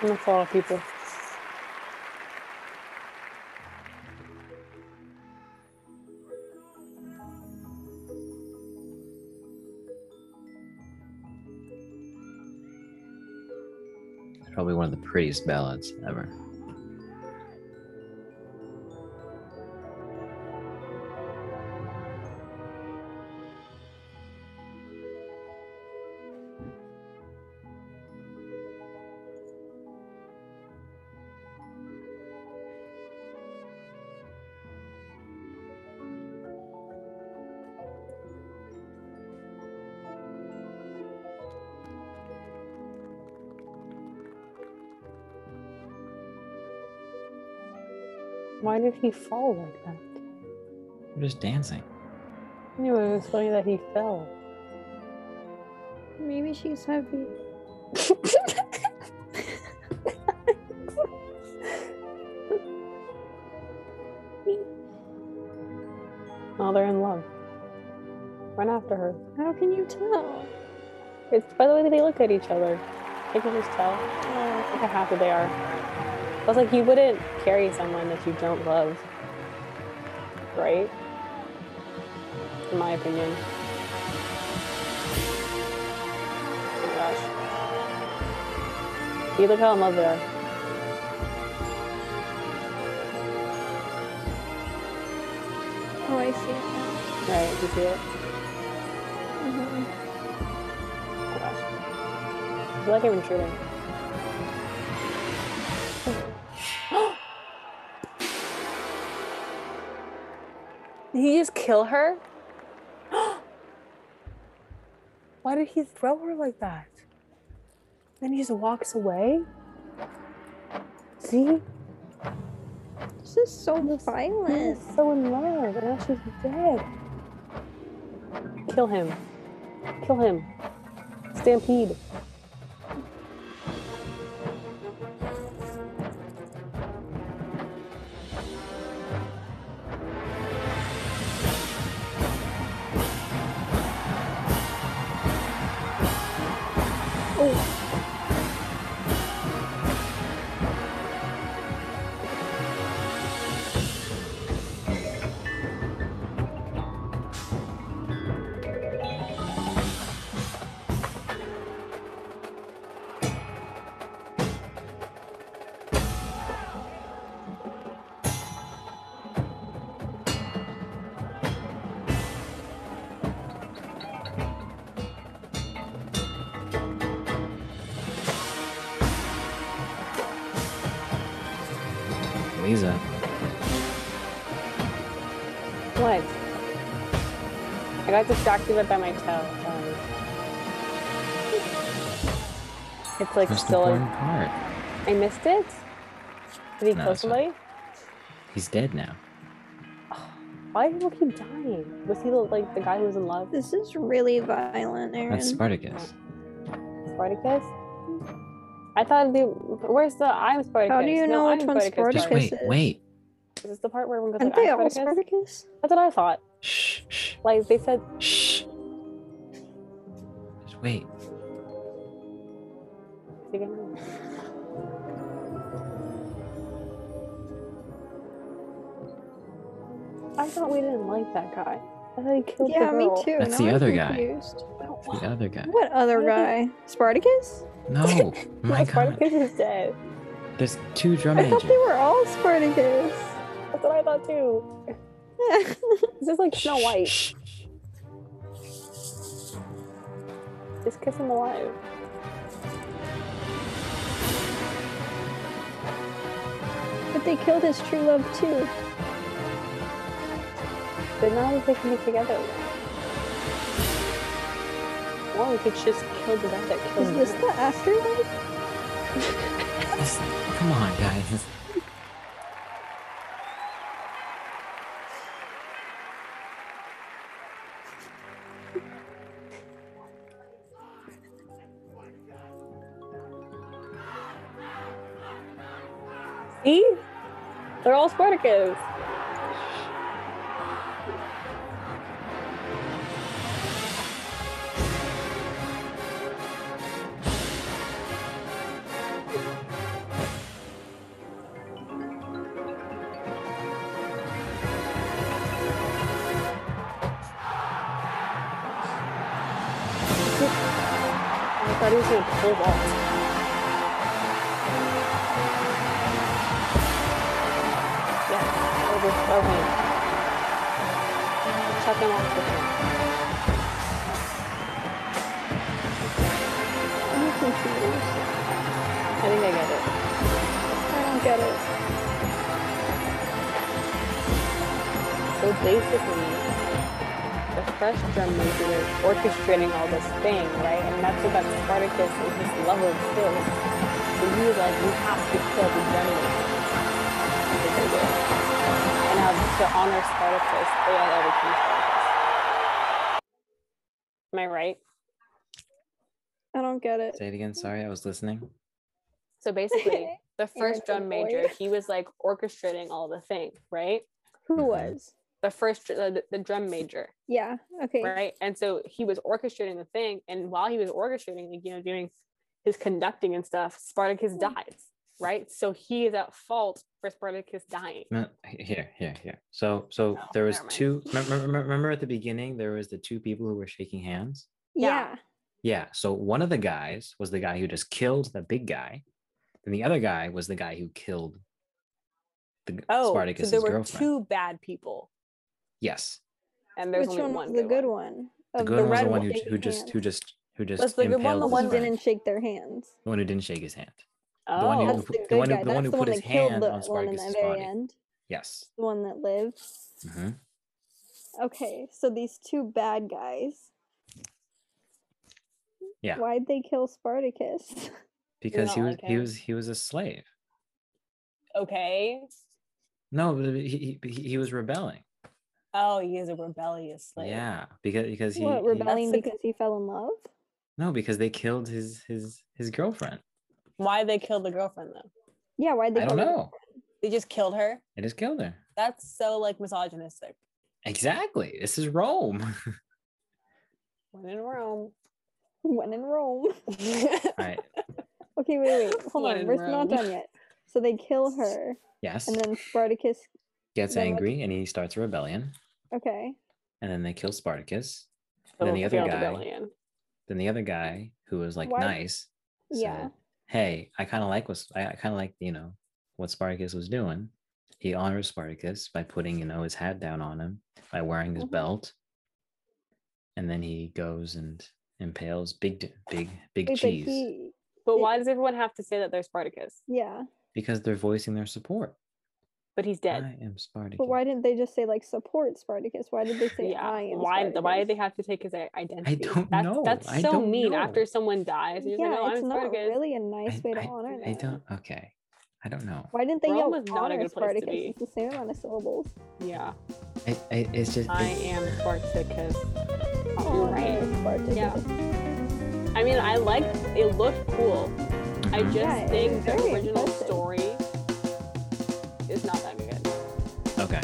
S3: And that's a lot of people.
S2: Probably one of the prettiest ballads ever.
S3: Why did he fall like that?
S2: They're just dancing.
S3: I knew it was funny that he fell.
S4: Maybe she's heavy.
S3: Now they're in love. Run after her.
S4: How can you tell?
S3: It's by the way that they look at each other. They can just tell oh, look how happy they are. I was like, you wouldn't carry someone that you don't love, right? In my opinion. Oh my gosh. Oh You look how in love they are.
S4: Oh, I see. it now.
S3: Right, you see it? Mm-hmm.
S4: Mhm.
S3: Oh my gosh. I feel like I'm intruding. did he just kill her? Why did he throw her like that? Then he just walks away? See?
S4: This is so violent.
S3: He's so in love, and now she's dead. Kill him. Kill him. Stampede.
S2: Lisa,
S3: What? I got distracted by my toe. Sorry. It's like
S2: most
S3: still.
S2: important part.
S3: I missed it. Did he
S2: No,
S3: kill
S2: it's fine.
S3: somebody?
S2: He's dead now.
S3: Why do people keep dying? Was he the, like the guy who was in love?
S4: This is really violent, Aaron.
S2: That's Spartacus.
S3: Spartacus? I thought the where's the I'm Spartacus?
S4: do you
S3: No,
S4: know
S3: I'm
S4: which one's
S2: Just
S4: Spartacus
S2: wait,
S4: is-
S2: wait.
S3: Is this the part where everyone goes
S4: Aren't
S3: like,
S4: they
S3: I'm
S4: all
S3: Spartacus?
S4: Spartacus?
S3: That's what I thought.
S2: Shh, shh,
S3: Like they said,
S2: shh. Just wait.
S3: I thought we didn't like that guy. I thought he killed
S4: Yeah,
S3: the
S4: me
S3: girl.
S4: too.
S2: That's
S4: Now
S2: the
S4: I'm
S2: other guy.
S4: confused.
S2: It's the other guy.
S4: What other guy? Spartacus?
S2: No,
S3: No,
S2: my God.
S3: Spartacus is dead.
S2: There's two drum
S4: I thought
S2: majors.
S4: they were all Spartacus.
S3: That's what I thought too. This is like Snow
S2: Shh,
S3: White.
S2: shh, shh.
S3: Just kiss him alive.
S4: but they killed his true love too.
S3: But now they can be together. Or we could just kill the guy that killed
S4: Is this
S3: her.
S4: the afterlife?
S2: This- Come on, guys.
S3: See? They're all Spartacus. I thought he was gonna pull that. Yeah, over, over him. Chuck him off the thing.
S4: I'm confused.
S3: I think I get it.
S4: I don't get it.
S3: So basically, the fresh drum major is orchestrating all this thing, right? And that's what that Spartacus is this level of kill. So he was like, you have to kill the drum major. And they did it. And now to honor Spartacus, they all overcame Spartacus. Am I right?
S4: I don't get it.
S2: Say it again. Sorry, I was listening.
S3: So basically, the first
S4: Aaron
S3: drum major,
S4: Boyd.
S3: he was like orchestrating all the thing, right?
S4: Who
S2: Mhm.
S4: was?
S3: the first dr- the, the drum major
S4: Yeah. Okay.
S3: right and so he was orchestrating the thing and while he was orchestrating like you know doing his conducting and stuff spartacus dies right so he is at fault for spartacus dying
S2: No, he- Here, here, here. So, so
S3: Oh,
S2: there was
S3: never mind.
S2: two. Remember, remember at the beginning, there was the two people who were shaking hands.
S4: Yeah.
S2: Yeah. So one of the guys was the guy who just killed the big guy, and the other guy was the guy who killed the g-
S3: oh
S2: Spartacus's
S3: so there were
S2: girlfriend.
S3: two bad people
S2: Yes,
S3: and there's
S4: Which
S3: only
S4: one
S3: one
S4: was the good one?
S2: the
S4: Of
S2: good one was
S4: red
S2: the one who,
S4: shaking
S2: who just who
S4: hands.
S2: just who just
S3: Was the good one
S2: impaled
S3: the
S2: his
S3: one
S4: who
S2: friend.
S4: didn't shake their hands.
S2: the one who didn't shake his hand.
S3: oh
S2: one who-
S4: That's
S2: put-
S4: the
S2: the
S4: good
S2: one who-
S4: guy.
S2: the one
S4: That's the
S2: who put
S4: one
S2: his
S4: that killed
S2: hand
S4: the
S2: on
S4: one in the
S2: Spartacus'
S4: very
S2: body.
S4: end.
S2: Yes.
S4: The one that lived.
S2: hmm
S4: Okay, so these two bad guys.
S2: Yeah.
S4: Why'd they kill Spartacus?
S2: Because he
S3: not
S2: was
S3: like
S2: he
S3: him.
S2: was he was a slave.
S3: okay
S2: No, but he he, he he was rebelling.
S3: oh he is a rebellious slave
S2: Yeah, because because he,
S4: what,
S2: he-
S4: rebelling
S3: That's the-
S4: because he fell in love?
S2: no because they killed his his his girlfriend.
S3: why they killed the girlfriend though
S4: Yeah, why'd they
S2: I don't
S4: kill him?
S2: know.
S3: they just killed her
S2: They just killed her.
S3: that's so like misogynistic
S2: Exactly. This is Rome.
S3: when in rome
S4: When in Rome.
S2: All right.
S4: Okay, wait, wait. Hold
S3: When
S4: on.
S3: in
S4: We're
S3: Rome.
S4: not done yet. So they kill her,
S2: Yes.
S4: and then Spartacus.
S2: Gets
S4: then what-
S2: angry and he starts a rebellion.
S4: Okay.
S2: And then they kill Spartacus. And then the other
S3: Killed
S2: guy-
S3: rebellion.
S2: Then the other guy who was like
S4: Why-
S2: nice.
S4: Yeah.
S2: said, Hey, I kind of like what I, I kind of like you know what Spartacus was doing. He honors Spartacus by putting you know his hat down on him by wearing his
S4: Mhm.
S2: belt. And then he goes and impales big D- big big
S4: Wait, but
S2: cheese
S4: he.
S3: But
S4: Yeah.
S3: why does everyone have to say that they're Spartacus?
S4: Yeah.
S2: because they're voicing their support.
S3: But he's dead.
S2: I am Spartacus.
S4: But why didn't they just say, like, support Spartacus? Why did they say,
S3: yeah.
S4: I am
S3: why?
S4: Spartacus?
S3: Why do they have to take his i- identity?
S2: don't
S3: that's,
S2: know.
S3: That's so
S2: I don't
S3: mean.
S2: know.
S3: After someone dies, you're just
S4: yeah,
S3: like, oh,
S4: it's
S3: I'm
S4: not
S3: Spartacus.
S4: really a nice way to
S2: I,
S4: honor
S2: I
S4: them.
S2: don't. Okay, I don't know.
S4: Why didn't they
S3: Rome
S4: yell
S3: was not a
S4: honor
S3: good place to
S4: Spartacus?
S3: be.
S4: It's the same amount of syllables.
S3: Yeah,
S2: I, I, it's just.
S3: I
S2: it-
S3: am Spartacus. You're
S4: Honor
S3: right.
S4: Spartacus.
S3: Yeah. I mean, I liked. It looked cool. I
S2: Mhm.
S3: just
S4: Yeah, it was
S3: think the
S4: very
S3: original
S4: impressive.
S3: story is not that good.
S2: Okay.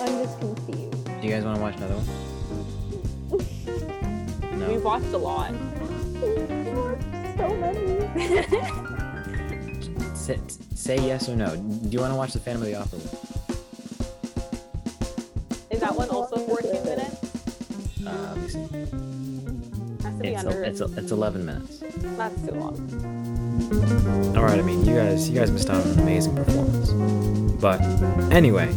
S4: I'm just confused.
S2: Do you guys want to watch another one?
S3: We've
S2: No.
S3: watched a lot.
S4: Oh, So many.
S2: Say, say yes or no. Do you want to watch the Phantom of the Opera? one?
S3: Is that one also 14 minutes?
S2: Uh, let me see.
S3: Has to be
S2: It's,
S3: under.
S2: el- it's, el- it's 11 minutes.
S3: that's too long.
S2: All right, I mean, you guys, you guys missed out on an amazing performance. But anyway,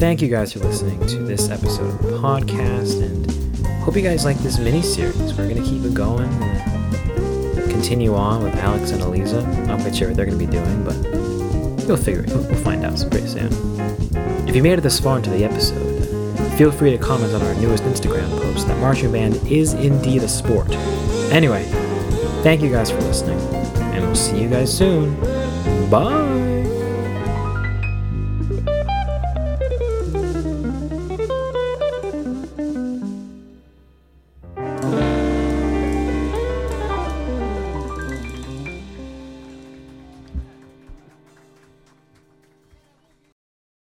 S2: thank you guys for listening to this episode of the podcast, and hope you guys like this mini series. We're gonna keep it going, and continue on with Alex and Eliza. I'm not quite sure what they're gonna be doing, but you'll figure it. We'll we'll find out pretty soon. If you made it this far into the episode, feel free to comment on our newest Instagram post that marching band is indeed a sport. Anyway, Thank you guys for listening, and we'll see you guys soon. Bye!